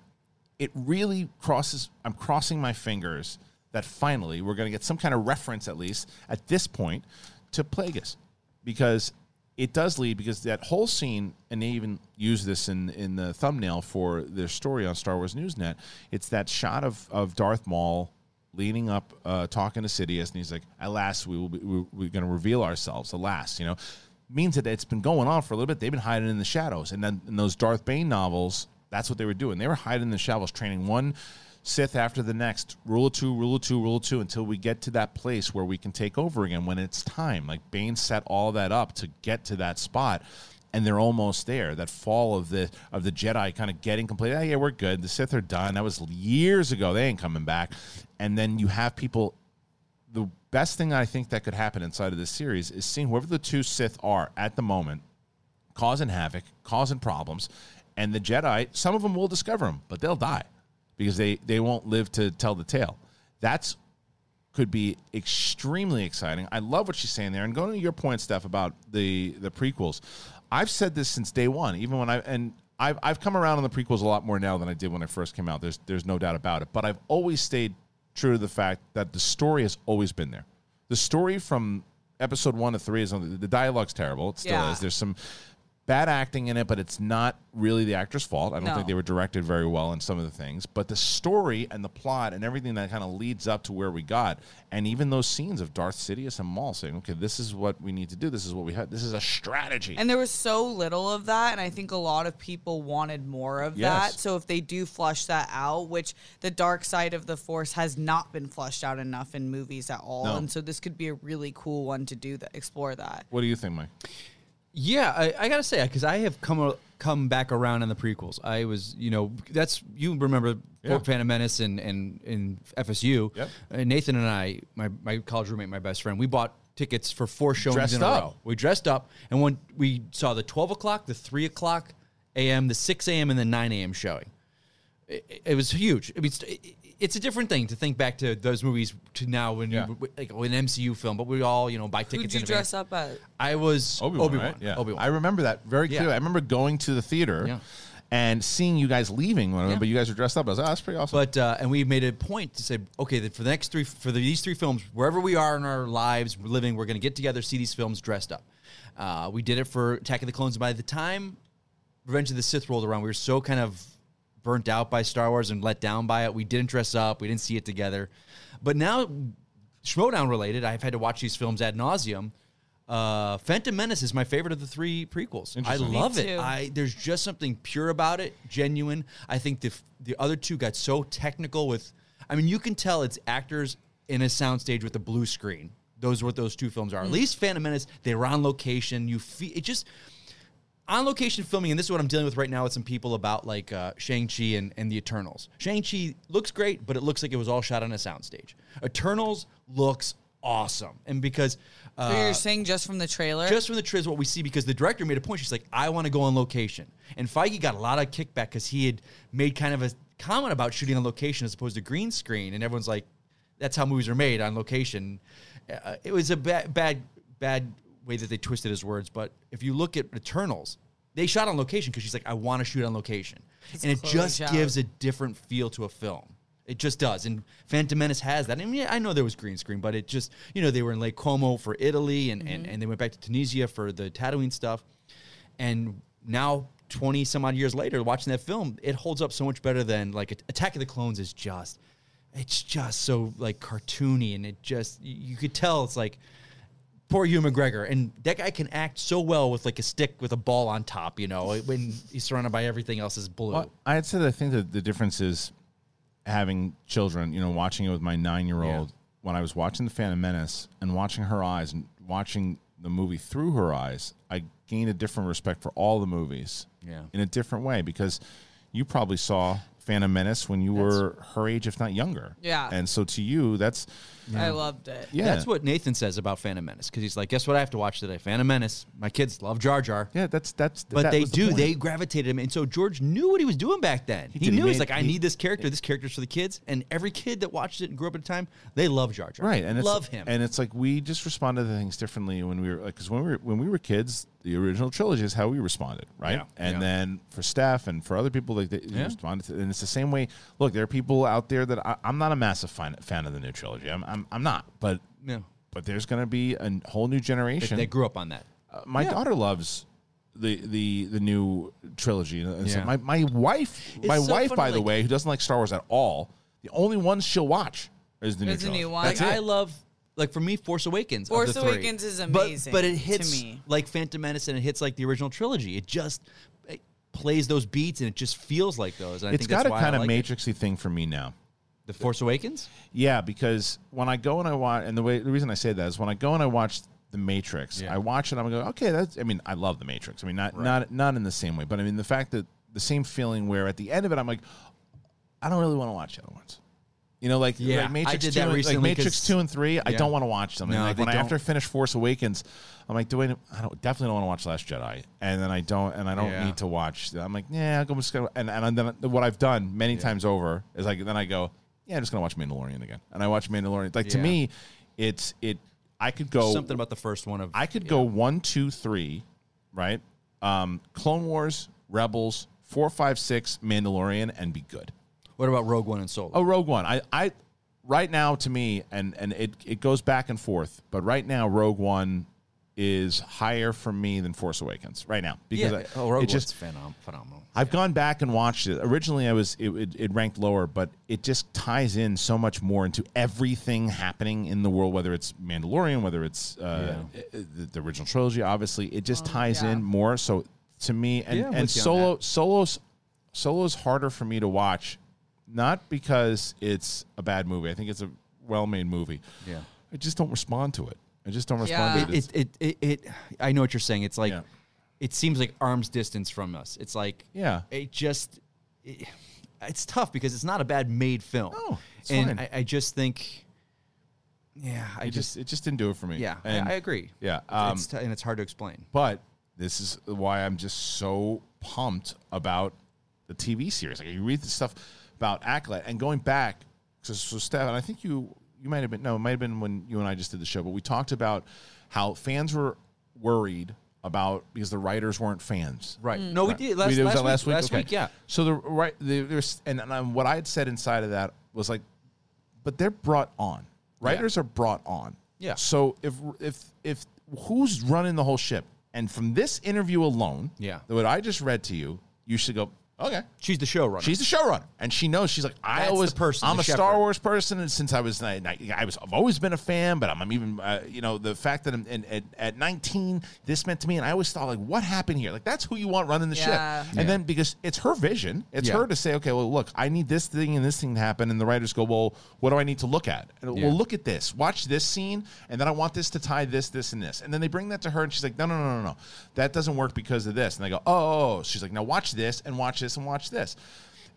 S2: It really crosses. I'm crossing my fingers that finally we're going to get some kind of reference at least at this point to Plagueis, because it does lead because that whole scene and they even use this in in the thumbnail for their story on Star Wars Newsnet. It's that shot of of Darth Maul leaning up, uh, talking to Sidious, and he's like, "Alas, we will be, we, we're going to reveal ourselves. Alas, you know." Means that it's been going on for a little bit. They've been hiding in the shadows, and then in those Darth Bane novels, that's what they were doing. They were hiding in the shadows, training one Sith after the next, rule of two, rule of two, rule of two, until we get to that place where we can take over again when it's time. Like Bane set all that up to get to that spot, and they're almost there. That fall of the of the Jedi kind of getting complete. Oh, yeah, we're good. The Sith are done. That was years ago. They ain't coming back. And then you have people. The best thing I think that could happen inside of this series is seeing whoever the two Sith are at the moment, causing havoc, causing problems, and the Jedi. Some of them will discover them, but they'll die because they they won't live to tell the tale. That's could be extremely exciting. I love what she's saying there. And going to your point, Steph, about the the prequels, I've said this since day one. Even when I and I've I've come around on the prequels a lot more now than I did when I first came out. There's there's no doubt about it. But I've always stayed true to the fact that the story has always been there. The story from episode one to three is on the dialogue's terrible. It still
S3: Yeah.
S2: is. There's some bad acting in it, but it's not really the actor's fault. I don't
S3: No.
S2: think they were directed very well in some of the things, but the story and the plot and everything that kind of leads up to where we got, and even those scenes of Darth Sidious and Maul saying, "Okay, this is what we need to do. This is what we have. This is a strategy."
S3: And there was so little of that, and I think a lot of people wanted more of
S2: Yes.
S3: that. So if they do flush that out, which the dark side of the force has not been flushed out enough in movies at all,
S2: No.
S3: and so this could be a really cool one to do that, explore that.
S2: what do you think, Mike?
S4: Yeah, I, I gotta say because I have come come back around on the prequels. I was, you know, that's you remember
S2: Yeah.
S4: Phantom Menace and and and FSU.
S2: Yep.
S4: Uh, Nathan and I, my my college roommate, my best friend, we bought tickets for four showings
S2: Dressed
S4: in a
S2: up.
S4: row. We dressed up and when we saw the twelve o'clock, the three o'clock a.m., the six a.m., and the nine a.m. showing it, it was huge. I mean, it's, it- it's a different thing to think back to those movies to now when
S2: Yeah.
S4: you, like an MCU film, but we all you know buy tickets.
S3: Who'd you
S4: in
S3: dress
S4: advance.
S3: up as?
S4: I was Obi Wan.
S2: right? Yeah,
S4: Obi Wan.
S2: I remember that very
S4: Yeah.
S2: clearly. I remember going to the theater
S4: Yeah.
S2: and seeing you guys leaving, when
S4: Yeah.
S2: but you guys were dressed up. I was like, oh, "That's pretty awesome."
S4: But uh, and we made a point to say, okay, that for the next three, for the, these three films, wherever we are in our lives, we're living, we're going to get together, see these films dressed up. Uh, we did it for Attack of the Clones. By the time Revenge of the Sith rolled around, we were so kind of burnt out by Star Wars and let down by it. We didn't dress up. We didn't see it together. But now, Schmodown related, I've had to watch these films ad nauseum. Uh, Phantom Menace is my favorite of the three prequels. I
S2: Interesting.
S4: love
S3: too.
S4: it. I there's just something pure about it, genuine. I think the f- the other two got so technical with. I mean, you can tell it's actors in a soundstage with a blue screen. Those are what those two films are. At least Phantom Menace, they were on location. You feel it just on location filming, and this is what I'm dealing with right now with some people about like uh, Shang Chi and, and the Eternals. Shang Chi looks great, but it looks like it was all shot on a soundstage. Eternals looks awesome. And because uh,
S3: So you're saying just from the trailer?
S4: just from the triz what we see because the director made a point she's like i want to go on location and feige got a lot of kickback because he had made kind of a comment about shooting on location as opposed to green screen and everyone's like that's how movies are made on location uh, it was a bad bad bad way that they twisted his words but if you look at eternals they shot on location because she's like i want to shoot on location and it
S3: Chloe
S4: just
S3: Zhao.
S4: gives a different feel to a film it just does, and Phantom Menace has that. I mean, I know there was green screen, but it just you know they were in Lake Como for Italy, and and, and they went back to Tunisia for the Tatooine stuff, and now twenty some odd years later, watching that film, it holds up so much better than like At- Attack of the Clones is just, it's just so like cartoony, and it just you you could tell it's like poor Hugh McGregor, and that guy can act so well with like a stick with a ball on top, you know, when he's surrounded by everything else is blue.
S2: Well, I'd say that I think that the difference is having children, you know, watching it with my nine year old
S4: Yeah.
S2: when I was watching The Phantom Menace and watching her eyes and watching the movie through her eyes, I gained a different respect for all the movies
S4: Yeah.
S2: in a different way because you probably saw Phantom Menace when you were her age, if not younger.
S3: Yeah.
S2: And so to you, that's,
S3: I loved it.
S2: yeah.
S4: That's what Nathan says about Phantom Menace because he's like, guess what I have to watch today? Phantom Menace. My kids love Jar Jar.
S2: yeah, that's, that's,
S4: But
S2: that
S4: they
S2: was the
S4: do.
S2: point.
S4: they gravitated him, and so George knew what he was doing back then. He,
S2: did. He
S4: knew he's
S2: made-
S4: like, I
S2: he-
S4: need this character. This character's for the kids, and every kid that watched it and grew up at the time, they love Jar Jar.
S2: right and it's,
S4: love him.
S2: and it's like we just responded to things differently when we were like because when we were when we were kids the original trilogy is how we responded right
S4: Yeah.
S2: and
S4: Yeah.
S2: then for staff and for other people like they they
S4: Yeah.
S2: responded to, and it's the same way look there are people out there that I, i'm not a massive fan, fan of the new trilogy i'm, I'm, I'm not but
S4: Yeah.
S2: but there's going to be a whole new generation
S4: they grew up on that.
S2: uh, my daughter loves the the the new trilogy. And so
S4: Yeah.
S2: my my wife, my
S4: so
S2: wife,
S4: funny,
S2: by the
S4: like-
S2: way, who doesn't like Star Wars at all, the only one she'll watch is the new.
S3: Is the new
S2: trilogy.
S3: one.
S2: That's
S4: like
S2: it.
S4: I love like for me, Force Awakens. of
S3: Force
S4: the three.
S3: Awakens is
S4: But-
S3: amazing
S4: but, it
S3: to
S4: hits
S3: me.
S4: like Phantom Menace and it hits like the original trilogy. It just it plays those beats and it just feels like those. And I
S2: it's
S4: think that's
S2: got a
S4: why I
S2: kind of
S4: like it.
S2: matrixy thing for me now.
S4: the Force Awakens.
S2: Yeah, because when I go and I watch, and the way the reason I say that is when I go and I watch The Matrix,
S4: Yeah.
S2: I watch it. I'm going, okay, that's. I mean, I love The Matrix. I mean, not not not in the same way, but I mean the fact that the same feeling where at the end of it, I'm like, I don't really want to watch the other ones. You know, like
S4: Yeah,
S2: like
S4: I
S2: Matrix
S4: did
S2: two,
S4: that
S2: and-
S4: recently
S2: like
S4: 'cause-
S2: Matrix two and three. I
S4: Yeah.
S2: don't want to watch them. And
S4: No,
S2: like
S4: they
S2: when I
S4: don't.
S2: after I finish Force Awakens, I'm like, do I? I don't definitely don't want to watch Last Jedi, and then I don't, and I don't
S4: Yeah.
S2: need to watch. that. I'm like, yeah, I'm just gonna, and and then what I've done many times over is like, then I go, yeah, I'm just gonna watch Mandalorian again, and I watch Mandalorian. Like to
S4: Yeah.
S2: me, it's it. I could go
S4: Something about the first one of
S2: I could go one, two, three, right? Um, Clone Wars, Rebels, four, five, six, Mandalorian, and be good.
S4: What about Rogue One and Solo?
S2: Oh, Rogue One. I, I right now to me, and and it it goes back and forth, but right now Rogue One is higher for me than Force Awakens right now because I,
S4: oh, Rogue
S2: it just
S4: One's phenom- phenomenal.
S2: I've gone back and watched it. Originally, I was it, it, it ranked lower, but it just ties in so much more into everything happening in the world, whether it's Mandalorian, whether it's uh, the, the original trilogy. Obviously, it just ties
S3: Oh, yeah.
S2: in more. So to me, and
S4: Yeah, I'm
S2: and
S4: with you on
S2: solo solos solos harder for me to watch, not because it's a bad movie. I think it's a well made movie.
S4: Yeah.
S2: I just don't respond to it. I just don't respond
S3: Yeah.
S2: to it.
S4: It, it, it, it, I know what you're saying. It's like,
S2: Yeah.
S4: it seems like arm's distance from us. It's like,
S2: Yeah.
S4: it just, it, it's tough because it's not a bad made film.
S2: No, it's
S4: and
S2: fine.
S4: I, I just think, yeah, I
S2: It
S4: just,
S2: just it just didn't do it for me.
S4: yeah, I-
S2: And-
S4: I, agree.
S2: Yeah, um,
S4: it's t- and it's hard to explain.
S2: But this is why I'm just so pumped about the TV series. Like you read the stuff about Acolyte and going back. So, so Stefan, I think you you might have been no, it might have been when you and I just did the show, but we talked about how fans were worried about because the writers weren't fans.
S4: Right. No, we did last,
S2: We did- was
S4: last,
S2: that
S4: week, last week.
S2: Okay.
S4: yeah.
S2: So the right the, there's and, and um, what I had said inside of that was like, but they're brought on. Writers are brought on.
S4: Yeah.
S2: So if if if who's running the whole ship, and from this interview alone,
S4: Yeah.
S2: what I just read to you, you should go okay.
S4: She's the showrunner.
S2: She's the showrunner, and she knows. She's like, I
S4: That's the
S2: always,
S4: person,
S2: I'm
S4: the
S2: a
S4: shepherd.
S2: Star Wars person, and since I was, I, I was, I've always been a fan. But I'm, I'm even, uh, you know, the fact that I'm in, at, at 19, this meant to me, and I always thought, like, what happened here? Like, that's who you want running the
S3: Yeah.
S2: ship. And then because it's her vision, it's
S4: Yeah.
S2: her to say, okay, well, look, I need this thing and this thing to happen, and the writers go, well, what do I need to look at? And,
S4: Yeah.
S2: Well, look at this, watch this scene, and then I want this to tie this, this, and this, and then they bring that to her, and she's like, no, no, no, no, no, that doesn't work because of this, and they go, oh, oh, oh. she's like, now watch this and watch this and watch this.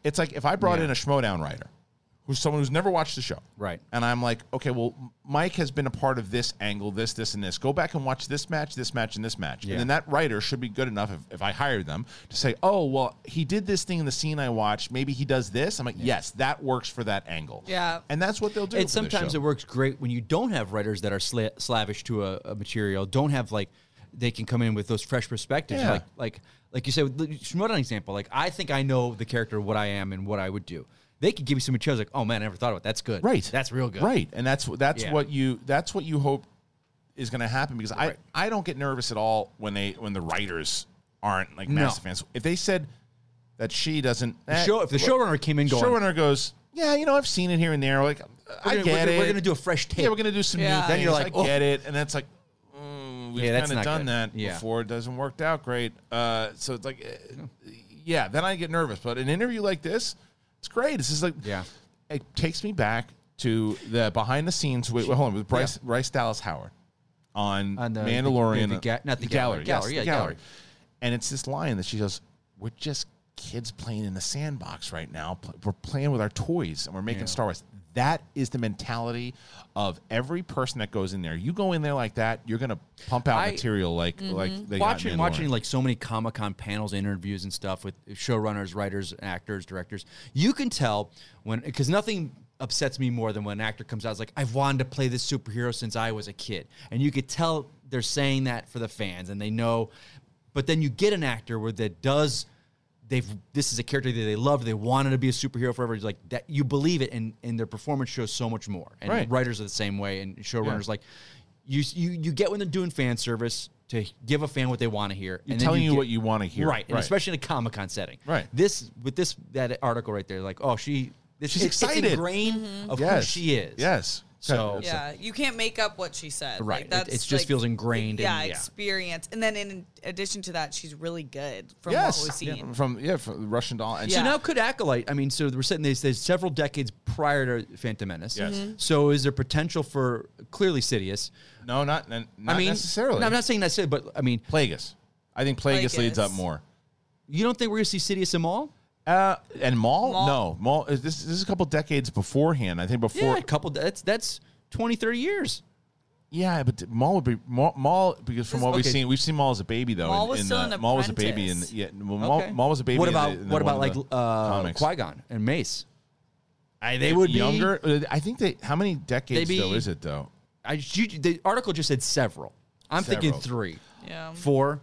S2: It's like if I brought in a Schmodown writer who's someone who's never watched the show.
S4: Right.
S2: And I'm like, okay, well, Mike has been a part of this angle, this, this, and this. Go back and watch this match, this match, and this match.
S4: Yeah.
S2: And then that writer should be good enough if, if I hire them to say, oh, well, he did this thing in the scene I watched. Maybe he does this. I'm like, yes, that works for that angle.
S3: Yeah.
S2: And that's what they'll do.
S4: And sometimes it works great when you don't have writers that are sla- slavish to a, a material. Don't have like they can come in with those fresh perspectives.
S2: Yeah.
S4: Like like like you said, with Shmurda an example. Like I think I know the character, what I am, and what I would do. They could give me some materials like, oh man, I never thought about that. that's good.
S2: right.
S4: that's real good.
S2: Right. And that's that's
S4: Yeah.
S2: what you that's what you hope is going to happen because
S4: Right.
S2: I I don't get nervous at all when they when the writers aren't like massive fans. If they said that she doesn't
S4: The
S2: eh,
S4: show, if the
S2: look,
S4: showrunner came in going,
S2: showrunner goes, yeah, you know, I've seen it here and there. Like, I
S4: gonna-
S2: get
S4: we're gonna-
S2: it.
S4: we're gonna do a fresh take.
S2: Yeah, we're gonna do some new.
S3: Yeah. Then
S2: Then
S4: you're
S2: you're
S4: like,
S2: like,
S4: oh.
S2: I get it, and that's like, mm, we've
S4: Yeah, that's
S2: kind
S4: not
S2: of done
S4: good.
S2: that
S4: Yeah.
S2: before. It doesn't worked out great. Uh, so it's like, eh, yeah. Then I get nervous. But an interview like this, it's great. This is like,
S4: Yeah.
S2: it takes me back to the behind the scenes. Wait, wait, hold on, with Bryce, Bryce Dallas Howard on,
S4: On the-
S2: Mandalorian,
S4: the- the ga- not the gallery,
S2: yes,
S4: gallery,
S2: the
S4: yeah, gallery.
S2: and it's this line that she goes, "We're just kids playing in the sandbox right now. Pl- We're playing with our toys, and we're making Star Wars." That is the mentality of every person that goes in there. You go in there like that, you're gonna pump out
S4: I- Mm-hmm.
S2: material like like they got
S4: watching
S2: in
S4: watching
S2: Mandalorian.
S4: like so many Comic Con panels, interviews, and stuff with showrunners, writers, actors, directors. You can tell when because nothing upsets me more than when an actor comes out. It's like I've wanted to play this superhero since I was a kid, and you could tell they're saying that for the fans, and they know. But then you get an actor where that does. They've this is a character that they love. They wanted to be a superhero forever. It's like that you believe it, and and their performance shows so much more. And
S2: Right.
S4: writers are the same way, and showrunners like you you you get when they're doing fan service to give a fan what they want to hear. and then
S2: telling you
S4: get-
S2: what you want to hear,
S4: right? And especially in a Comic Con setting,
S2: Right.
S4: This with this that article right there, like oh she this
S2: She's
S4: it's- it's
S2: excited. Mm-hmm.
S4: ingrained of who
S2: Yes.
S4: she is,
S2: Yes.
S4: So
S3: Yeah, you can't make up what she said.
S4: Right.
S3: Like,
S4: It-
S3: that's
S4: it's just
S3: like,
S4: feels ingrained in-
S3: Yeah,
S4: yeah.
S3: experience. And then in addition to that, she's really good from
S2: yes,
S3: what we've seen.
S2: from yeah, from the Russian doll, and
S4: So
S3: Yeah.
S4: now could Acolyte, I mean, so we're sitting there's, there's several decades prior to Phantom Menace.
S2: Yes. Mhm.
S4: So is there potential for clearly Sidious?
S2: no, not not
S4: I mean,
S2: necessarily.
S4: No, I'm not saying necessarily, but I mean,
S2: Plagueis. I think Plagueis, leads up
S3: Plagueis.
S2: more.
S4: you don't think we're gonna see Sidious in all?
S2: Uh, and Maul?
S3: Maul?
S2: No, Maul. Is this, this is a couple decades beforehand. I think
S4: Yeah,
S2: before.
S4: a couple. That's that's 20, 30 years.
S2: Yeah, but Maul would be Maul, Maul because from
S3: This-
S2: what we've
S4: okay.
S2: seen, we've seen Maul as a baby though.
S3: Maul
S2: in-
S3: was
S2: in
S3: still
S2: the-
S3: an
S2: Maul was a baby, and
S3: apprentice.
S2: yeah, well, Maul,
S4: Okay.
S2: Maul was a baby.
S4: What
S2: in the-
S4: about
S2: in the
S4: what about
S2: one
S4: like
S2: of the
S4: uh,
S2: comics.
S4: Qui Gon and Mace?
S2: I,
S4: they would be-
S2: younger. Uh, I think they. How many decades
S4: They'd be-
S2: though is it though?
S4: I you, the article just said several. I'm thinking
S2: Several.
S4: three,
S3: Yeah.
S4: four.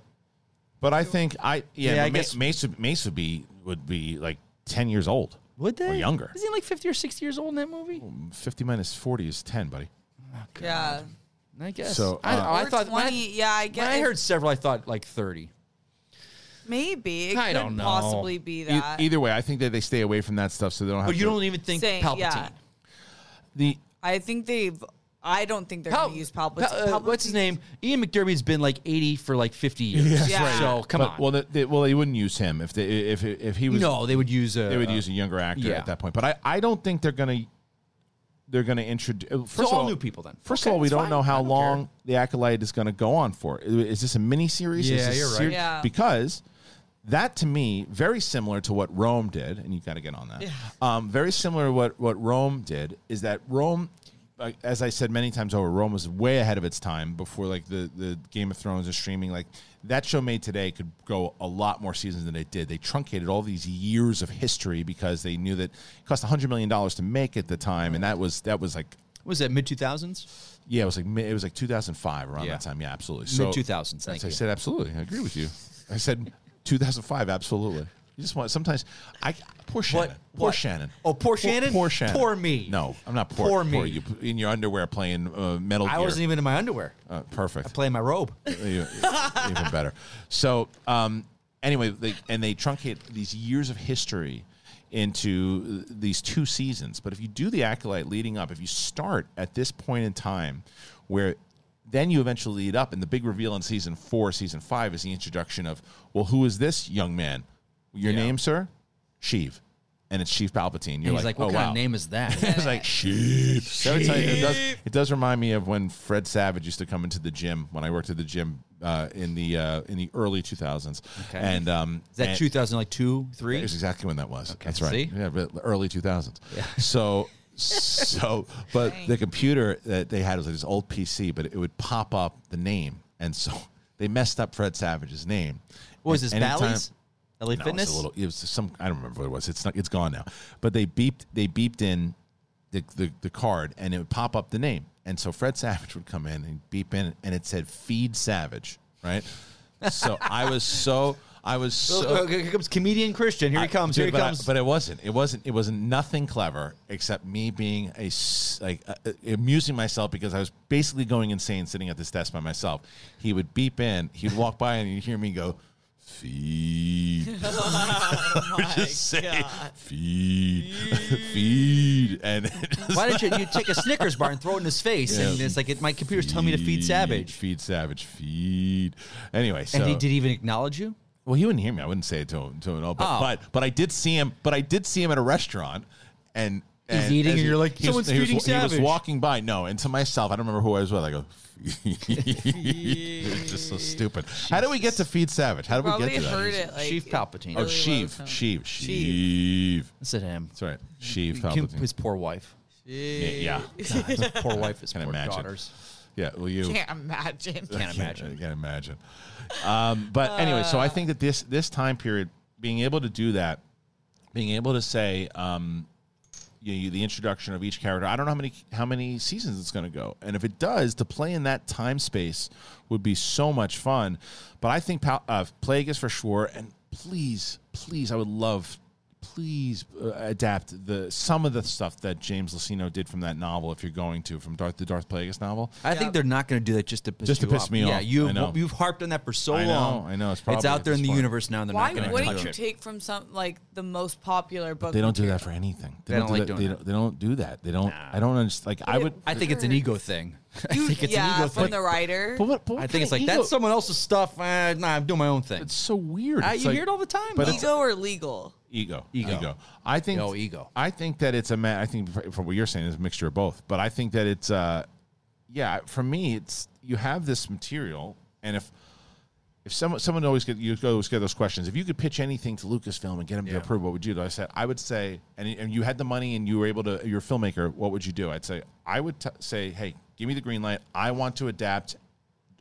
S2: But I think I yeah,
S4: Yeah,
S2: but
S4: I
S2: Ma-
S4: guess-
S2: Mace would- Mace would be would be like ten years old.
S4: Would they
S2: Or younger.
S4: Isn't he like fifty or sixty years old in that movie?
S2: Fifty minus forty is ten, buddy.
S3: Yeah.
S4: I guess.
S2: So,
S4: I,
S2: uh,
S4: oh, I
S3: Or
S4: thought. when I-
S3: 20, yeah, I
S4: when
S3: guess.
S4: I heard several. I thought like thirty.
S3: maybe. It
S4: I
S3: could
S4: don't know.
S3: possibly be
S2: E-
S3: that.
S2: either way, I think that they stay away from that stuff so they don't have.
S4: But you
S2: to-
S4: don't even think
S3: Say-
S4: Palpatine.
S3: yeah.
S2: the
S3: I think they've. I don't think they're
S4: Pal-
S3: going to use Palpatine.
S4: Pal- uh, what's his
S3: Palpatine-
S4: name? Ian McDermott's been like eighty for like fifty years.
S3: Yeah. right.
S4: So come
S2: but-
S4: on.
S2: Well, the, they, well, they wouldn't use him if they if if he was
S4: no, they would use. A, uh,
S2: they would use a younger actor
S4: yeah.
S2: at that point. But I, I don't think they're gonna they're gonna introduce first
S4: So
S2: of
S4: all
S2: all
S4: new people then.
S2: First
S4: Okay,
S2: of all, we
S4: it's
S2: don't
S4: fine.
S2: know
S4: I
S2: how
S4: don't
S2: long
S4: care.
S2: the acolyte is gonna go on for. I- Is this a mini series?
S4: Yeah, you're right.
S3: Yeah.
S2: Because that to me very similar to what Rome did, and you got to get on that. Um, very similar to what what Rome did is that Rome. like, As I said many times over, Rome was way ahead of its time before like the, the Game of Thrones and streaming. Like that show made today could go a lot more seasons than it did. They truncated all these years of history because they knew that it cost hundred million dollars to make at the time, and that was that was like
S4: What was that mid two thousands?
S2: yeah, it was like mi- it was like 2005 around
S4: Yeah.
S2: that time. Yeah, absolutely. So
S4: Mid two thousands. Thank
S2: I
S4: you.
S2: said absolutely. I agree with you. I said 2005. Absolutely. You just want sometimes. I poor Shannon. Poor
S4: what?
S2: Shannon.
S4: Oh, poor
S2: Poor-
S4: Shannon?
S2: Poor Shannon.
S4: Poor me.
S2: No, I'm not poor.
S4: Poor me.
S2: you in your underwear playing uh, Metal Gear.
S4: I wasn't even in my underwear.
S2: uh, perfect.
S4: Playing my robe.
S2: [laughs] even even better. So um, anyway, they, and they truncate these years of history into these two seasons. But if you do the acolyte leading up, if you start at this point in time, where then you eventually lead up, and the big reveal in season four, season five, is the introduction of well, who is this young man? Your
S4: Yeah.
S2: name, sir? Sheev, and it's Sheev Palpatine. You're
S4: He's like,
S2: oh,
S4: what kind
S2: wow."
S4: of name is that? [laughs]
S2: It's like sheep. That would tell you- it, does, it does remind me of when Fred Savage used to come into the gym when I worked at the gym uh, in the uh, in the early 2000s.
S4: Okay.
S2: And um,
S4: Is that
S2: and-
S4: 2000, like two, three?
S2: It was exactly when that was. That's right.
S4: see?
S2: Yeah, but early 2000s. Yeah. [laughs] So, so, but
S3: Dang.
S2: the computer that they had was like this old PC, but it would pop up the name, and so [laughs] they messed up Fred Savage's name.
S4: what was
S2: And
S4: this?
S2: anytime-
S4: Bally's? LA
S2: No, It
S4: Fitness?
S2: was, a little, it was some. I don't remember what it was. It's not. It's gone now. But they beeped. They beeped in the, the the card, and it would pop up the name. And so Fred Savage would come in and beep in, and it said "Feed Savage," right? So I was so I was so
S4: Oh, here comes comedian Christian. Here he comes.
S2: Dude,
S4: here he
S2: but I-
S4: comes.
S2: but it wasn't. It wasn't. It was nothing clever except me being a s- like uh, uh, amusing myself because I was basically going insane sitting at this desk by myself. He would beep in. He'd walk by and you'd hear me go. Feed. [laughs] just say, feed, feed, [laughs] and it just
S4: Why didn't you, you take a Snickers bar and throw it in his face? And
S2: Yeah.
S4: it's like, it, my computer's telling me to feed Savage.
S2: feed Savage, feed. Anyway, so
S4: And he did he even acknowledge you?
S2: Well, he wouldn't hear me. I wouldn't say it to him to him at all. But,
S4: Oh.
S2: but but I did see him. But I did see him at a restaurant, and.
S4: He's eating
S2: as
S4: and
S2: he-
S4: you're like,
S2: he was-
S4: "Someone's
S2: he was,
S4: feeding
S2: wa- He
S4: Savage."
S2: was walking by, no, and to myself, I don't remember who I was with. I go, [laughs] it's just so stupid. How did we get to feed Savage? How did we
S3: Probably
S2: get to that?
S3: heard it. Like,
S4: Chief Palpatine.
S2: Oh,
S4: really
S2: Sheev, Sheev, Sheev.
S4: That's at him.
S2: That's right, Sheev
S4: Kim-
S2: Palpatine.
S4: His
S2: [laughs]
S4: poor wife. [laughs]
S2: Yeah,
S4: His poor wife, his
S2: Can
S4: poor
S2: imagine.
S4: daughters.
S2: yeah. Well, you
S3: Can't imagine.
S4: Can't imagine.
S2: I can't imagine. Um, but anyway, so I think that this this time period, being able to do that, being able to say, um, you, you the introduction of each character. I don't know how many how many seasons it's going to go, and if it does, to play in that time space would be so much fun. But I think Pal- uh, Plague is for sure, and please, please, I would love. Please uh, adapt the some of the stuff that James Luceno did from that novel. If you're going to from Darth the Darth Plagueis novel,
S4: I think they're not going to do that just to piss
S2: Just to
S4: you
S2: piss
S4: off.
S2: me
S4: Yeah,
S2: off. I
S4: you've
S2: know.
S4: you've harped on that for so
S2: I know,
S4: long.
S2: I know, it's
S4: it's
S2: probably
S4: out
S2: at
S4: there in
S2: this
S4: the
S2: point.
S4: universe now, and they're
S3: Why
S4: not going to
S3: wouldn't
S4: touch
S3: you
S4: it.
S3: take from some like the most popular book?
S2: They don't do that for anything. They,
S4: They
S2: don't, do
S4: don't like
S2: that. They
S4: doing
S2: don't, they don't do that. They don't. I don't understand. Like I would.
S4: I think it's an ego thing. [laughs] I
S3: You-
S4: think it's
S3: yeah,
S4: an ego
S3: from
S4: thing.
S3: the writer.
S2: But what, but what
S4: I
S2: kind
S4: think it's
S2: of
S4: like
S2: ego-
S4: that's someone else's stuff. Eh, nah, I'm doing my own thing.
S2: It's so weird.
S4: Ah,
S2: It's
S4: you
S2: like-
S4: hear it all the time.
S2: But
S4: though.
S2: it's
S3: ego or legal?
S2: ego,
S4: Ego.
S2: I think.
S4: Yo, ego.
S2: I think that it's a. Ma- I think fr- from what you're saying is a mixture of both. But I think that it's. Uh, yeah, for me, it's you have this material, and if if someone someone always get you always get those questions. If you could pitch anything to Lucasfilm and get them to
S4: Yeah.
S2: approve, what would you do? I said I would say, and, and you had the money and you were able to, you're a filmmaker. What would you do? I'd say I would t- say, hey, give me the green light. I want to adapt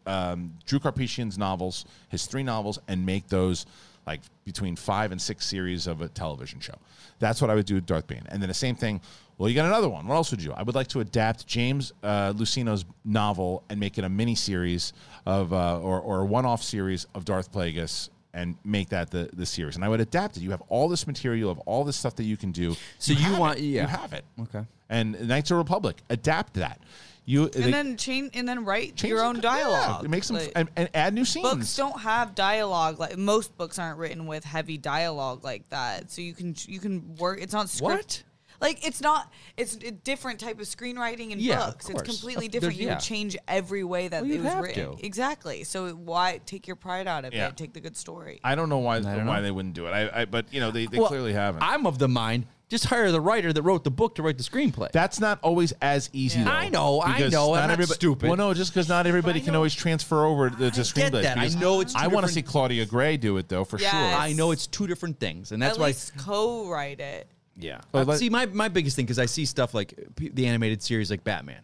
S2: um, Drew Carpetian's novels, his three novels, and make those like between five and six series of a television show. That's what I would do with Darth Bane. And then the same thing. Well, you got another one. What else would you? do? I would like to adapt James uh, Lucino's novel and make it a mini series of uh, or or a one off series of Darth Plagueis. And make that the, the series, and I would adapt it. You have all this material, of all this stuff that you can do.
S4: So you
S2: have
S4: want-
S2: it.
S4: yeah.
S2: you have it,
S4: Okay.
S2: And Knights of the Republic, adapt that. You
S3: And then change and then write
S2: change
S3: your
S2: the-
S3: own
S2: yeah,
S3: dialogue.
S2: it makes them
S3: Like,
S2: and, and add new scenes.
S3: books don't have dialogue like most books aren't written with heavy dialogue like that. So you can you can work. It's not script.
S4: What?
S3: Like it's not. It's a different type of screenwriting in
S4: Yeah, of
S3: books. It's
S4: course.
S3: completely
S4: Of-
S3: different.
S4: there's-
S3: You
S4: yeah.
S3: would change every way that
S4: Well,
S3: it
S4: you'd
S3: was
S4: have
S3: written.
S4: to.
S3: Exactly. So why take your pride out of
S2: Yeah.
S3: it? Take the good story.
S2: I don't know why
S4: don't
S2: why
S4: know.
S2: they wouldn't do it. I, I but you know they, they
S4: Well,
S2: clearly haven't.
S4: I'm of the mind. Just hire the writer that wrote the book to write the screenplay.
S2: That's not always as easy.
S3: Yeah.
S2: Though,
S4: I know, I
S2: because
S4: know, I'm not
S2: everybody-
S4: stupid.
S2: Well, no, just because not everybody
S4: I
S2: can
S4: know-
S2: always transfer over the, the
S4: I get
S2: screenplays.
S4: that. I
S2: because
S4: know it's two
S2: I want to
S4: different-
S2: see Claudia Gray do it though for
S3: Yes.
S2: sure.
S4: I know it's two different things, and that's
S3: At
S4: why.
S3: least co-write it.
S4: Yeah.
S2: But let-
S4: see, my, my biggest thing because I see stuff like uh, p- the animated series like Batman,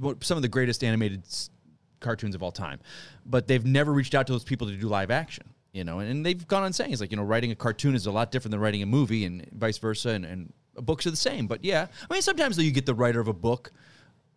S4: what- some of the greatest animated s- cartoons of all time, but they've never reached out to those people to do live action. You know, and, and they've gone on saying it's like you know writing a cartoon is a lot different than writing a movie, and vice versa, and, and books are the same. But yeah, I mean sometimes though you get the writer of a book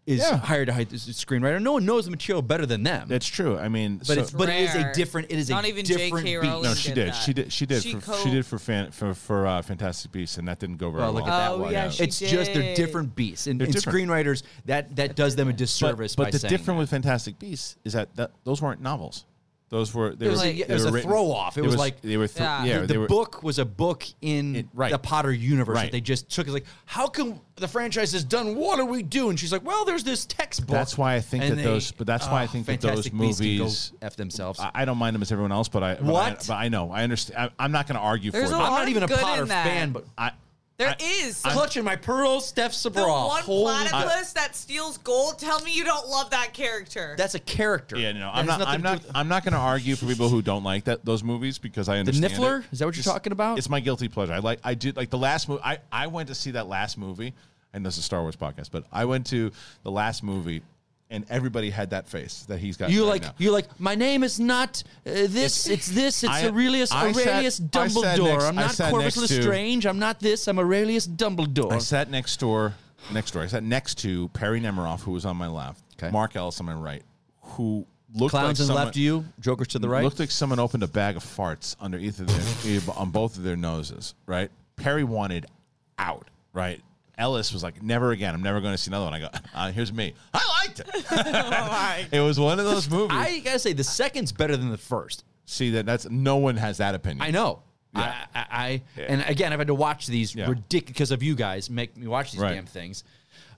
S4: is
S2: Yeah.
S4: hired to hide as a screenwriter. No one knows the material better than them.
S2: That's true. I mean,
S4: but
S2: so-
S4: it's but it is a
S3: rare.
S4: different. It is
S3: Not
S4: a
S3: even J.K.
S4: different beast.
S3: Rowling
S2: no,
S3: She
S2: she
S3: did
S2: did.
S3: that.
S2: She did. She did.
S3: She
S2: for,
S3: co-
S2: she did for fan, for for uh, Fantastic Beasts, and that didn't go very
S4: Oh, look
S2: well.
S4: at that
S3: Oh,
S4: one.
S3: yeah, she
S4: it's just they're
S3: did.
S4: different beasts, and,
S2: They're
S4: and
S2: different.
S4: screenwriters that that does them a
S2: But-
S4: disservice.
S2: But,
S4: by
S2: the
S4: saying
S2: difference
S4: that.
S2: with Fantastic Beasts is that, that those weren't novels. Those were they
S4: was
S2: were
S3: a-
S2: they
S3: it
S4: was
S2: were
S4: a
S2: written-
S4: throw-off. It was
S2: was
S4: like-
S2: they were thro-
S3: Yeah.
S2: yeah
S4: the,
S2: they
S4: the
S2: were-
S4: book was a book in
S2: It- right.
S4: the Potter universe
S2: Right.
S4: that they just took. It's like, how come the franchise is done? What do we do? And she's like, well, there's this textbook.
S2: That's why I think
S4: And
S2: that
S4: they-
S2: those- but that's why I
S4: oh,
S2: think that those
S4: Fantastic Beasts can go
S2: movies-
S4: f themselves.
S2: I, I don't mind them as everyone else, but I but I-
S4: What?
S2: but I know I understand. I, I'm not going to argue for
S3: There's a
S2: them.
S3: lot-
S4: I'm not even a
S3: good in
S4: Potter
S3: that.
S4: fan, but
S2: I,
S3: There
S2: I-
S3: is some-
S4: Clutching my pearls, Steph Sabral.
S3: the one
S4: Holy-
S3: platypus that steals gold. Tell me you don't love that character.
S4: that's a character.
S2: Yeah, no,
S4: That
S2: I'm
S4: has
S2: not.
S4: nothing
S2: I'm
S4: to do
S2: not.
S4: with-
S2: I'm not going to argue for people who don't like that those movies because I understand. it.
S4: Niffler? Is that what you're
S2: It's-
S4: talking about?
S2: It's my guilty pleasure. I like. I did like the last movie. I I went to see that last movie, and this is a Star Wars podcast, but I went to the last movie, and everybody had that face that he's got.
S4: You
S2: right
S4: like
S2: now.
S4: you like my name is not uh, this. It's, this. It's
S2: I-
S4: Aurelius
S2: I sat-
S4: Aurelius
S2: I sat
S4: Dumbledore.
S2: next-
S4: I'm
S2: I
S4: not
S2: sat
S4: Corvus
S2: next to-
S4: Lestrange. I'm not this. I'm Aurelius Dumbledore.
S2: I sat next door, next door. I sat next to Perry Nemiroff, who was on my left.
S4: Okay.
S2: Mark Ellis on my right, who looked
S4: Clowns
S2: like
S4: and
S2: someone,
S4: left you. Jokers to the right.
S2: Looked like someone opened a bag of farts under either their, either- on both of their noses. Right. Perry wanted out. Right. Ellis was like, "Never again. I'm never going to see another one." I go, uh, "Here's me. I
S3: [laughs]
S2: liked
S3: Oh
S2: it. it was one of those movies.
S4: I gotta say, the second's better than the first.
S2: see that? That's no one has that opinion.
S4: I know.
S2: Yeah.
S4: I, I, I and again, I've had to watch these
S2: Yeah.
S4: ridiculous because of you guys make me watch these
S2: Right.
S4: damn things.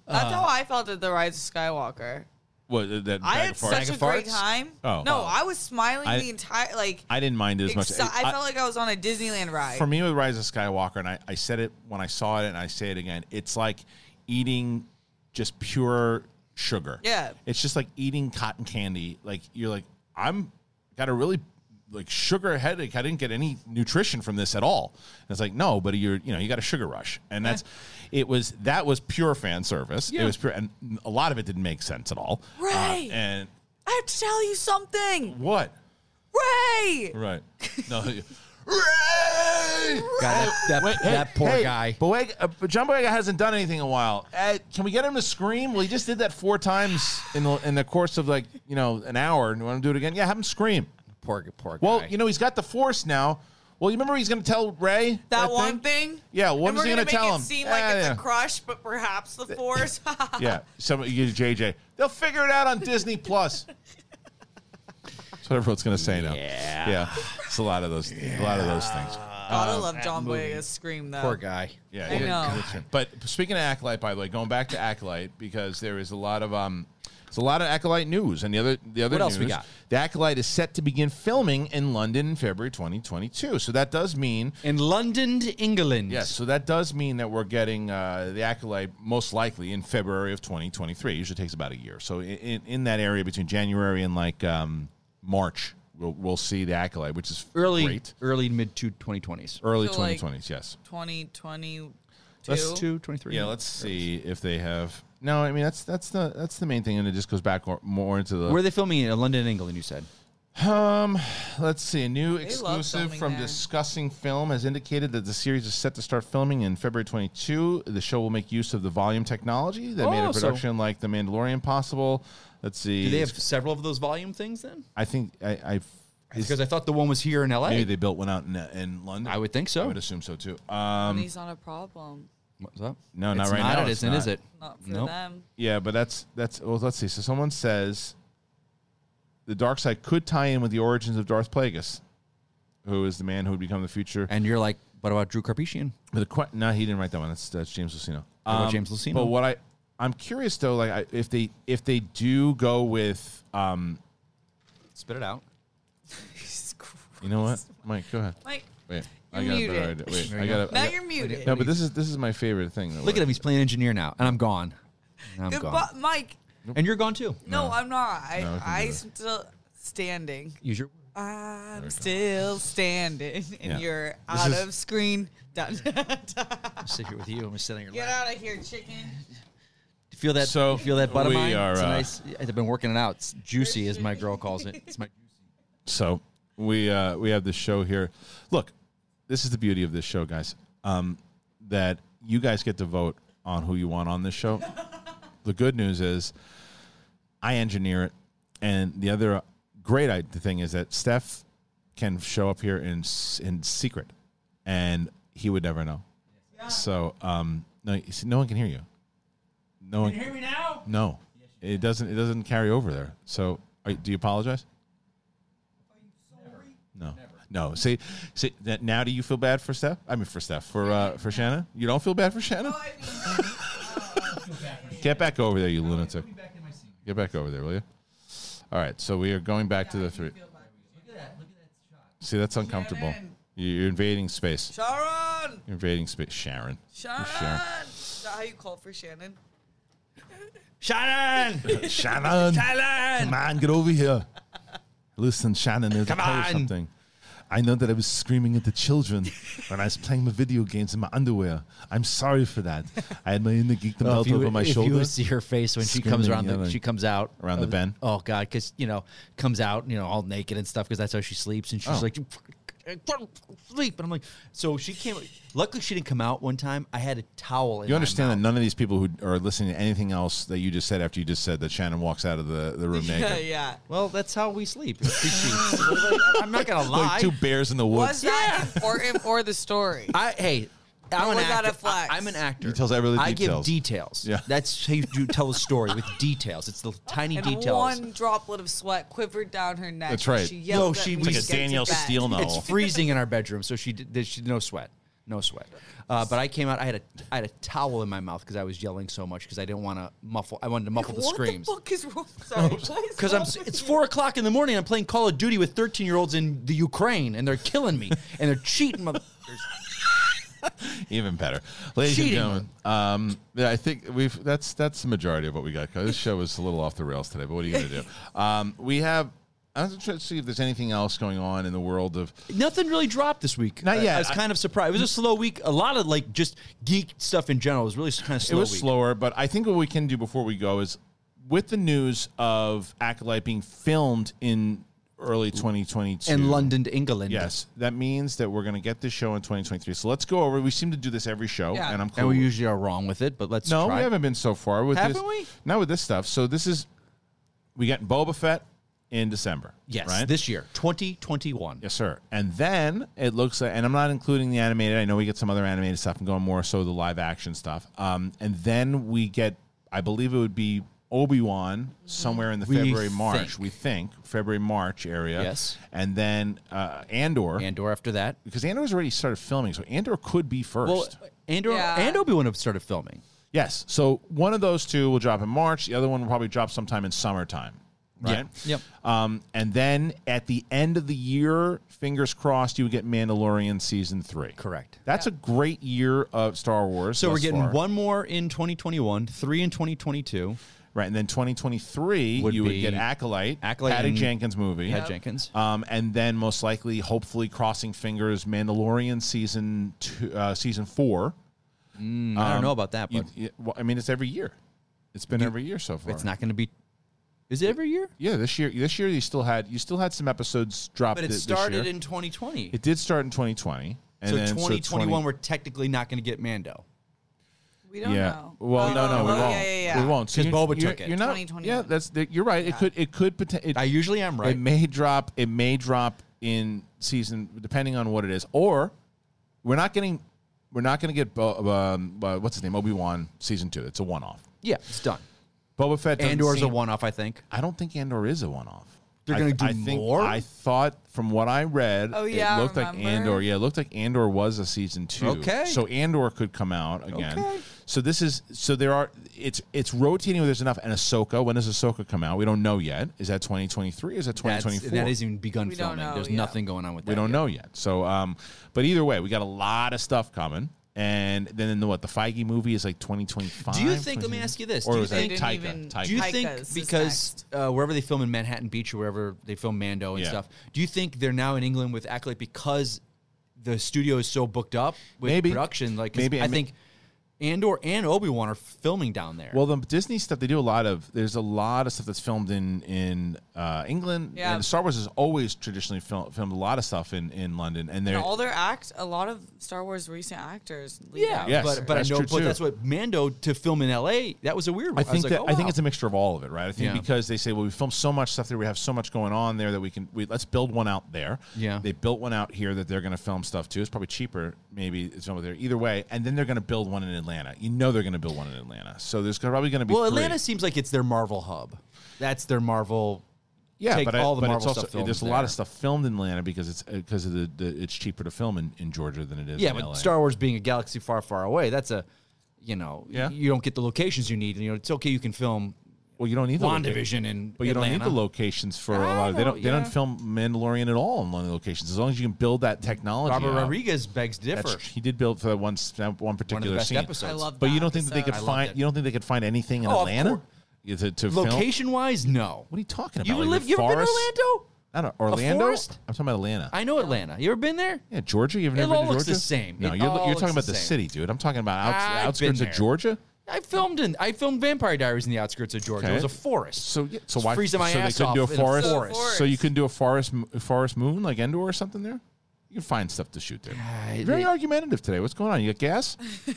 S3: That's
S2: uh,
S3: how I felt at the Rise of Skywalker.
S2: What, that bag
S3: I had
S2: of farts?
S3: such a
S4: Bag of
S3: great
S4: farts?
S3: time.
S2: Oh.
S3: No,
S2: Oh.
S3: I was smiling
S2: I-
S3: the entire like.
S2: I didn't mind it as much.
S3: exci- I, felt like I was on a Disneyland ride.
S2: for me with Rise of Skywalker, and I, I said it when I saw it, and I say it again. It's like eating just pure sugar.
S3: Yeah.
S2: it's just like eating cotton candy. Like you're like I'm got a really like sugar headache. I didn't get any nutrition from this at all. And it's like no, but you're you know you got a sugar rush, and that's it was that was pure fan service. It
S4: Yeah.
S2: was pure, and a lot of it didn't make sense at all. Uh,
S3: Right.
S2: and
S3: I have to tell you something,
S2: what?
S3: Ray.
S2: [laughs] Right. No. Ray!
S4: God, that, that,
S2: Wait, hey,
S4: that poor
S2: hey,
S4: guy.
S2: Boyega, uh, but John Boyega hasn't done anything in a while. Uh, can we get him to scream? Well, he just did that four times in the, in the course of like you know an hour. And you want him to do it again? Yeah, have him scream.
S4: Poor, poor guy.
S2: Well, you know he's got the force now. Well, you remember he's going to tell Ray
S3: That one thing.
S2: Yeah, what
S3: and
S2: was
S3: we're
S2: he gonna
S3: make
S2: tell
S3: it
S2: him?
S3: Seem like
S2: Ah,
S3: it's
S2: yeah.
S3: a crush, but perhaps the
S2: [laughs]
S3: force. [laughs]
S2: Yeah, some you JJ. They'll figure it out on Disney Plus. That's what everyone's going to say now.
S4: Yeah.
S2: yeah. It's a lot of those. A lot of those things. Uh,
S3: Gotta love John Boyega's scream though.
S4: poor guy.
S2: Yeah,
S3: I
S2: yeah,
S3: know.
S2: good trim. But speaking of acolyte, by the way, going back to acolyte because there is a lot of um, it's a lot of acolyte news. And the other the other
S4: What else we
S2: news,
S4: got?
S2: the acolyte is set to begin filming in London in February 2022. So that does mean
S4: In London, England.
S2: yes, so that does mean that we're getting uh, the acolyte most likely in February of 2023. It usually takes about a year. So in in, in that area between January and like um, March, we'll, we'll see the acolyte, which is
S4: Early,
S2: great.
S4: early mid to 2020s.
S2: early
S3: So, like,
S2: 2020s. yes.
S3: 2022.
S4: That's two, 23.
S2: Yeah, let's see if they have. No, I mean that's that's the that's the main thing, and it just goes back or, more into the.
S4: Where are they filming it? in London, England. You said.
S2: um, let's see. A new
S3: love
S2: exclusive
S3: filming
S2: from
S3: there.
S2: Discussing Film has indicated that the series is set to start filming in February 22. The show will make use of the volume technology that made
S4: Oh,
S2: a
S4: so-
S2: production like The Mandalorian possible. Let's see.
S4: Do they have several of those volume things then?
S2: I think I. I is-
S4: Because I thought the one was here in L.A.
S2: maybe they built one out in, uh, in London.
S4: I would think so.
S2: I would assume so too. Um,
S3: Money's not a problem.
S4: What's up?
S2: No, not
S4: It's
S2: right now,
S4: It
S2: it's
S4: isn't, is
S2: not.
S4: it?
S3: Not for
S4: Nope.
S3: them. [laughs]
S2: Yeah, but that's that's. Well, let's see. So someone says the dark side could tie in with the origins of Darth Plagueis, who is the man who would become the future.
S4: And you're like, what about Drew Carpetian?
S2: But the que- no, he didn't write that one. That's that's James Lucino.
S4: What about James Lucino?
S2: Um, But what I I'm curious though, like I, if they if they do go with um,
S4: Spit it out.
S3: Jesus Christ.
S2: you know what, Mike, go ahead.
S3: Like,
S2: Wait,
S3: You're
S2: I got a better
S3: muted.
S2: idea. Wait,
S4: There
S2: I
S4: you
S2: got
S4: go.
S2: to.
S3: now you're muted.
S2: No, but this is this is my favorite thing.
S4: Look at him. He's playing engineer now, and I'm gone. And I'm
S3: Goodbye,
S4: gone.
S3: Mike.
S4: And you're gone too.
S3: No, I'm not. I,
S2: No, I can
S3: I
S2: do that.
S3: still standing.
S4: Use your.
S3: I'm still standing, and
S2: Yeah.
S3: you're
S2: This
S3: out
S2: is-
S3: of screen. [laughs] Done.
S4: I'm sit here with you. I'm gonna sit on your
S3: Get
S4: lap.
S3: out of here, chicken.
S4: You Feel that?
S2: So,
S4: you feel that butt of
S2: we
S4: mine?
S2: are,
S4: It's a
S2: uh,
S4: nice. I've been working it out. It's juicy, as my girl calls it. It's my.
S2: So we uh, we have this show here. Look, this is the beauty of this show, guys. Um, that you guys get to vote on who you want on this show. the good news is, I engineer it, and the other great i- thing is that Steph can show up here in s- in secret, and he would never know. So um, no, you see, no one can hear you. No one. Can you hear me now? No, it doesn't. It doesn't carry over there. So, are, you- do you apologize? No. No. See, see that now do you feel bad for Steph? I mean for Steph. For uh, for Shanna? You don't feel bad for Shanna? Get back over there, you lunatic. Get back over there, will you? All right, so we are going back to the three. See, that's uncomfortable.
S3: Shannon.
S2: You're invading space.
S3: Sharon!
S2: You're invading space. Sharon. [laughs]
S3: Sharon!
S2: Sharon.
S3: Is that how you call for Shannon?
S4: Shannon,
S2: Shannon.
S4: Shannon.
S2: Come on, get over here. Listen, Shannon, there's
S4: Come
S2: Come tell
S4: on.
S2: you something. I know that I was screaming at the children when I was playing my video games in my underwear. I'm sorry for that. I had my inner geekdom belt over my
S4: Oh, if you
S2: shoulder.
S4: would see her face when she
S2: Screaming,
S4: comes around, the,
S2: yelling.
S4: she comes out
S2: Around the
S4: of
S2: bend?
S4: Oh god, because you know comes out, you know, all naked and stuff, because that's how she sleeps, and she's
S2: Oh.
S4: like, "You fucking sleep, and I'm like, so she came. Luckily, she didn't come out one time. I had a towel. In
S2: You understand
S4: my
S2: that
S4: mouth.
S2: none of these people who are listening to anything else that you just said after you just said that Shannon walks out of the,
S3: [laughs]
S2: the
S4: [laughs]
S2: room
S3: Yeah,
S2: naked.
S3: yeah.
S4: Well, that's how we sleep.
S2: [laughs]
S4: She cheats. I'm not gonna lie.
S2: Like two bears in the
S3: Was
S2: woods.
S3: that important or the story?
S4: I hey, I'm
S3: Or
S4: an
S3: was that
S4: actor.
S3: a flex?
S4: I, am an actor.
S2: He tells every
S4: I
S2: details.
S4: give details.
S2: Yeah.
S4: that's how you tell a story with details. It's the tiny
S3: and
S4: details.
S3: one droplet of sweat quivered down her neck.
S2: That's right.
S3: and She yelled
S4: No,
S3: at
S4: she
S3: me
S4: was-
S3: to
S4: It's
S3: get to bed. [laughs]
S4: It's freezing in our bedroom, so she did. She no sweat, no sweat. Uh, but I came out. I had a I had a towel in my mouth because I was yelling so much because I didn't want to muffle. I wanted to muffle the
S3: what
S4: screams.
S3: the fuck is wrong? Sorry. what is
S4: Because I'm,
S3: wrong with
S4: it's
S3: you?
S4: four o'clock in the morning. I'm playing Call of Duty with 13 year olds in the Ukraine, and they're killing me, and they're cheating. Mother-
S2: Even better, ladies and
S4: Cheating.
S2: gentlemen. Um, yeah, I think we've that's that's the majority of what we got. 'cause This show is a little off the rails today, but what are you going to
S4: [laughs]
S2: do? Um, we have. I was trying to see if there's anything else going on in the world of.
S4: Nothing really dropped this week.
S2: Not
S4: I- I,
S2: yet.
S4: was kind of surprised. It was a slow week. A lot of like just geek stuff in general was really kind of
S2: It
S4: slow.
S2: was
S4: week.
S2: slower, but I think what we can do before we go is with the news of Acolyte being filmed in early 2022
S4: And London to England.
S2: Yes, that means that we're going to get this show in 2023. So let's go over. We seem to do this every show,
S3: Yeah.
S2: and I'm cool.
S4: And we usually are wrong with it, but let's
S2: No,
S4: try.
S2: we haven't been so far with
S4: Haven't
S2: this.
S4: we?
S2: Not with this stuff. So this is we got Boba Fett in December.
S4: Yes,
S2: right.
S4: this year, 2021.
S2: yes, sir. And then it looks like, and I'm not including the animated. I know we get some other animated stuff. I'm going more so the live action stuff. Um, and then we get, I believe it would be Obi Wan somewhere in the
S4: We
S2: February March.
S4: think.
S2: We think February March area.
S4: Yes.
S2: And then uh, Andor.
S4: Andor after that.
S2: because Andor's already started filming, so Andor could be first.
S4: Well, uh, Andor
S3: Yeah.
S4: and Obi Wan have started filming.
S2: Yes. So one of those two will drop in March. The other one will probably drop sometime in summertime. Right.
S4: Yeah.
S2: Um, and then at the end of the year, fingers crossed, you get Mandalorian season three.
S4: Correct.
S2: That's a great year of Star Wars.
S4: So we're
S2: thus
S4: getting
S2: far.
S4: one more in 2021, three in 2022.
S2: right, and then 2023,
S4: Would
S2: you would
S4: be
S2: get Acolyte,
S4: Acolyte
S2: Patty
S4: and-
S2: Jenkins movie,
S4: Pat Jenkins.
S2: um, and then most likely, hopefully, crossing fingers, Mandalorian season two, uh, season four.
S4: Um, I don't know about that, but
S2: You- you- well, I mean, it's every year. It's been every year so far.
S4: it's not going to be. Is it every year?
S2: Yeah, this year. This year you still had you still had some episodes dropped.
S4: But it
S2: thi- this
S4: started
S2: year.
S4: in 2020.
S2: It did start in 2020. And
S4: so
S2: then-
S4: 2021,
S2: 20
S4: we're technically not going to get Mando.
S3: We don't
S2: yeah.
S3: know.
S2: Well, no, no, we
S3: oh,
S2: won't.
S3: Yeah, yeah, yeah.
S2: We won't. So
S4: 'Cause
S2: you-
S4: Boba
S2: you're-
S4: took it.
S2: You're not.
S3: 2021.
S2: Yeah, that's that- you're right. It could. It could potentially.
S4: I usually am right.
S2: It may drop. It may drop in season, depending on what it is. Or we're not getting. We're not going to get. Bo- um, uh, what's his name? Obi Wan season two. It's a one off.
S4: yeah, it's done.
S2: Boba Fett. doesn't
S4: Andor's a
S2: seem-
S4: one-off, I think.
S2: I don't think Andor is a one-off.
S4: They're
S2: I-
S4: gonna do
S2: I think,
S4: more?
S2: I thought from what I read,
S3: Oh, yeah,
S2: it looked like
S3: remember.
S2: Andor. Yeah, it looked like Andor was a season two.
S4: Okay.
S2: so Andor could come out again.
S4: Okay.
S2: So this is so there are it's it's rotating. Where there's enough. And Ahsoka, when does Ahsoka come out? We don't know yet. Is that 2023? Is that
S4: That's,
S2: 2024?
S4: that hasn't even begun
S3: We don't
S4: filming.
S3: know
S4: There's
S3: yet.
S4: nothing going on with that.
S2: we don't
S4: yet.
S2: know yet. So, um, but either way, we got a lot of stuff coming. And then the what the Feige movie is like 2025.
S4: Do you think- let me ask you this,
S2: Or
S4: do you
S2: was that
S4: think-
S2: Taika?
S3: Even-
S2: Taika.
S4: Do you
S3: Tyka's is
S4: think because
S3: next.
S4: uh, wherever they film in Manhattan Beach or wherever they film Mando and
S2: Yeah.
S4: stuff, do you think they're now in England with Acolyte because the studio is so booked up with
S2: Maybe.
S4: production? Like 'cause
S2: Maybe,
S4: I,
S2: I mean-
S4: think Andor and Obi Wan are filming down there.
S2: Well, the Disney stuff they do a lot of. There's a lot of stuff that's filmed in in uh, England.
S3: Yeah.
S2: And Star Wars is always traditionally fil- filmed a lot of stuff in in London. And they're
S3: And all their act, a lot of Star Wars recent actors. Lead
S4: yeah,
S3: out.
S2: Yes,
S4: but but
S2: that's
S4: I know,
S2: true,
S4: but
S2: too.
S4: that's what Mando to film in L.A. That was a weird. one.
S2: I think
S4: was
S2: that
S4: like, oh,
S2: I think
S4: wow.
S2: it's a mixture of all of it, right? I think
S4: Yeah.
S2: because they say, well, we filmed so much stuff there, we have so much going on there that we can we, let's build one out there.
S4: Yeah.
S2: they built one out here that they're going to film stuff too. It's probably cheaper, maybe it's over there. Either way, and then they're going to build one in Atlanta. You know, they're going to build one in Atlanta. So there's probably going to be
S4: well,
S2: three.
S4: Atlanta seems like it's their Marvel hub. That's their Marvel.
S2: yeah,
S4: take
S2: but
S4: all
S2: I,
S4: the
S2: but
S4: Marvel
S2: it's also,
S4: stuff. filmed
S2: There's a lot
S4: there.
S2: of stuff filmed in Atlanta because it's because of the, the it's cheaper to film in, in Georgia than it is.
S4: Yeah,
S2: in
S4: but
S2: LA.
S4: Star Wars being a galaxy far, far away, that's a, you know,
S2: Yeah.
S4: you don't get the locations you need. And, you know, it's okay you can film
S2: Well, you don't need the loca-
S4: WandaVision and
S2: But you don't need the locations for a
S4: I
S2: lot of they
S4: don't-
S2: don't they don't
S4: yeah.
S2: film Mandalorian at all in one of the locations. As long as you can build that technology.
S4: Robert
S2: out.
S4: Rodriguez begs differ.
S2: That's, he did build for that one s- that one
S4: One of the
S2: particular
S4: best
S2: scene.
S4: episodes.
S3: I love
S2: But you
S3: that
S2: don't think that they
S3: episode.
S2: could
S4: I
S2: find
S4: loved it.
S2: you don't think they could find anything in
S4: Oh, of
S2: Atlanta
S4: course.
S2: Yeah, to, to film?
S4: Location wise, no.
S2: What are you talking about?
S4: You ever
S2: Like
S4: lived?
S2: the
S4: You ever been to
S2: forest?
S4: Orlando?
S2: I don't know, Orlando. I'm
S4: forest?
S2: talking about Atlanta.
S4: I know Atlanta. You ever been there?
S2: yeah, Georgia. You've never
S4: all
S2: been to
S4: looks
S2: Georgia?
S4: the same.
S2: No,
S4: It
S2: you're,
S4: all
S2: you're
S4: looks
S2: talking
S4: the
S2: about the
S4: same.
S2: city, dude. I'm talking about outs,
S4: I've
S2: outskirts
S4: been
S2: of
S4: there.
S2: Georgia.
S4: I filmed in. I filmed Vampire Diaries in the outskirts of Georgia.
S2: Okay.
S4: It was a forest.
S2: So yeah, so
S4: Just
S2: why
S4: freezing my
S2: so
S4: ass
S2: they couldn't
S4: off
S2: do a
S4: in a
S2: forest,
S4: forest.
S2: So you couldn't do a forest m- forest moon like Endor or something there. You can find stuff to shoot there.
S4: I-
S2: Very
S4: it-
S2: argumentative today. What's going on? You got
S4: [laughs]
S2: gas?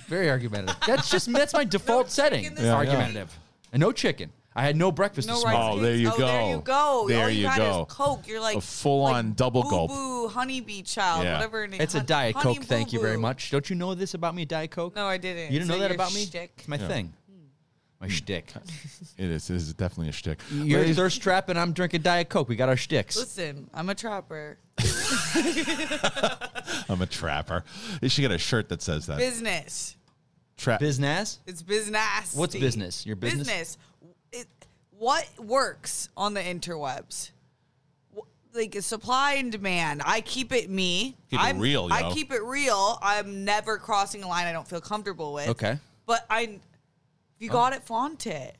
S4: Very argumentative. That's just that's
S3: [laughs]
S4: my default setting.
S3: chicken this Yeah, yeah.
S4: argumentative. And no chicken. I had no breakfast
S3: No
S4: this
S3: rice.
S4: morning.
S2: Oh, there you
S3: cakes. There you
S2: go.
S3: go.
S2: There
S3: All you,
S2: you
S3: got
S2: go.
S3: Is Coke. You're like
S2: A full-on
S3: like
S2: double
S3: boo
S2: gulp.
S3: Boo honeybee child.
S2: Yeah.
S3: Whatever. It is.
S4: It's a
S3: Hun-
S4: Diet
S3: honey
S4: Coke. Thank you very
S3: boo-boo.
S4: much. Don't you know this about me, Diet Coke?
S3: No, I didn't.
S4: You didn't
S3: So
S4: know that
S3: your
S4: about me.
S3: shtick. Hmm.
S4: It's my thing. My shtick.
S2: It is. It is definitely a shtick.
S4: You're
S2: But it-
S4: thirst trap, and I'm drinking Diet Coke. We got our shticks.
S3: Listen, I'm
S2: [laughs]
S3: a trapper.
S2: I'm a trapper. You should get a shirt that says that.
S3: Business.
S2: Trap.
S4: Business.
S3: It's business.
S4: What's business? Your business?
S3: Business. It, what works on the interwebs? Wh- Like supply and demand. I keep it me.
S2: Keep it
S3: I'm,
S2: real, yo.
S3: I keep it real. I'm never crossing a line I don't feel comfortable with.
S4: Okay. Oh.
S3: But I, if you got it, flaunt it.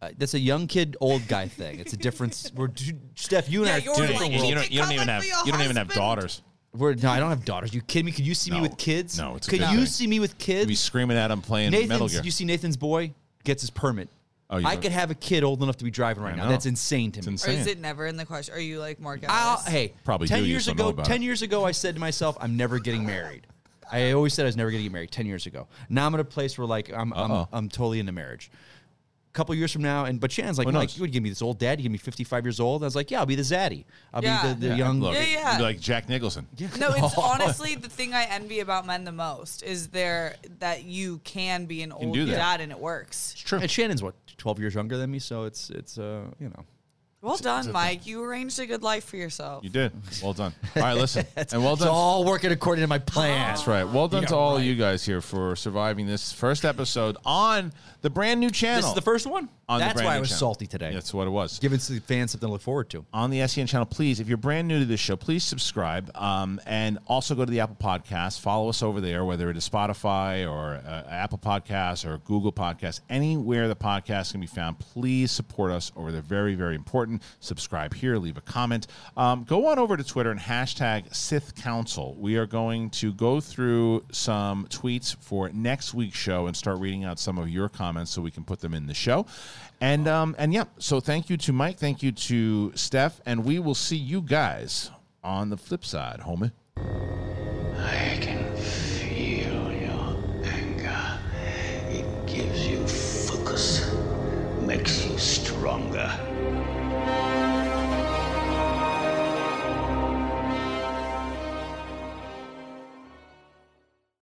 S4: Uh, that's a young kid, old guy thing. It's a
S3: [laughs]
S4: difference. We're dude, Steph. You and
S3: Yeah,
S4: I
S3: you're
S4: are
S2: Dude,
S4: different
S3: like-
S4: worlds.
S2: you don't, you don't even have. You don't even have daughters.
S4: We're, no, I don't have daughters. You kidding me? Could you see me
S2: No.
S4: with kids?
S2: No, it's a
S4: Could
S2: good
S4: you
S2: thing.
S4: see me with
S2: You'd be
S4: kids?
S2: screaming at him playing Metal
S4: Nathan's.
S2: Gear.
S4: You see Nathan's boy gets his permit.
S2: Oh, you
S4: I
S2: know.
S4: could have a kid old enough to be driving right
S2: I
S4: now.
S2: know.
S4: That's insane to me.
S3: Or is
S2: Insane.
S3: it never in the question? Are you like Mark
S4: I'll,
S3: Ellis?
S4: hey,
S2: Probably
S4: ten
S2: do, you
S4: years
S2: just don't know
S4: ago.
S2: about
S4: Ten
S2: it.
S4: years ago, I said to myself, "I'm never getting married." I always said I was never going to get married. Ten years ago. Now I'm at a place where like I'm I'm,
S2: Uh-oh.
S4: I'm totally into marriage. A couple years from now, and but Shannon's like,
S2: Who
S4: Mike,
S2: knows?
S4: you would give me this old dad. You give me 55 years old. I was like, yeah, I'll be the zaddy. I'll
S3: Yeah.
S4: be the, the
S2: Yeah,
S4: young.
S2: look,
S3: Yeah, yeah.
S2: you'd be like Jack Nicholson.
S3: No,
S4: [laughs]
S3: it's
S4: Oh.
S3: honestly the thing I envy about men the most is their that you can be an old
S2: do that.
S3: dad and it works.
S2: It's true.
S4: And Shannon's what 12 years younger than me, so it's it's uh you know
S3: Well done, Mike. You arranged a good life for yourself.
S2: You did. Well done. All right,
S4: [laughs]
S2: listen. and well
S4: it's
S2: done.
S4: all working according to my plan.
S2: That's right. Well done
S4: got
S2: to all
S4: right.
S2: you guys here for surviving this first episode on the brand new channel.
S4: This is the first one.
S2: On the
S4: That's
S2: brand
S4: why
S2: new
S4: I was
S2: channel.
S4: salty today.
S2: That's what it was.
S4: Giving the fans something to look forward to.
S2: on the SEN channel, please, if you're brand new to this show, please subscribe um, and also go to the Apple Podcast. Follow us over there, whether it is Spotify or uh, Apple Podcasts or Google Podcasts, anywhere the podcast can be found. Please support us over there. Very, very important. Subscribe here, leave a comment. Um, go on over to Twitter and hashtag Sith Council. We are going to go through some tweets for next week's show and start reading out some of your comments so we can put them in the show. And um and yeah, so thank you to Mike, thank you to Steph, and we will see you guys on the flip side, homie.
S1: I can feel your anger. It gives you focus, makes you stronger.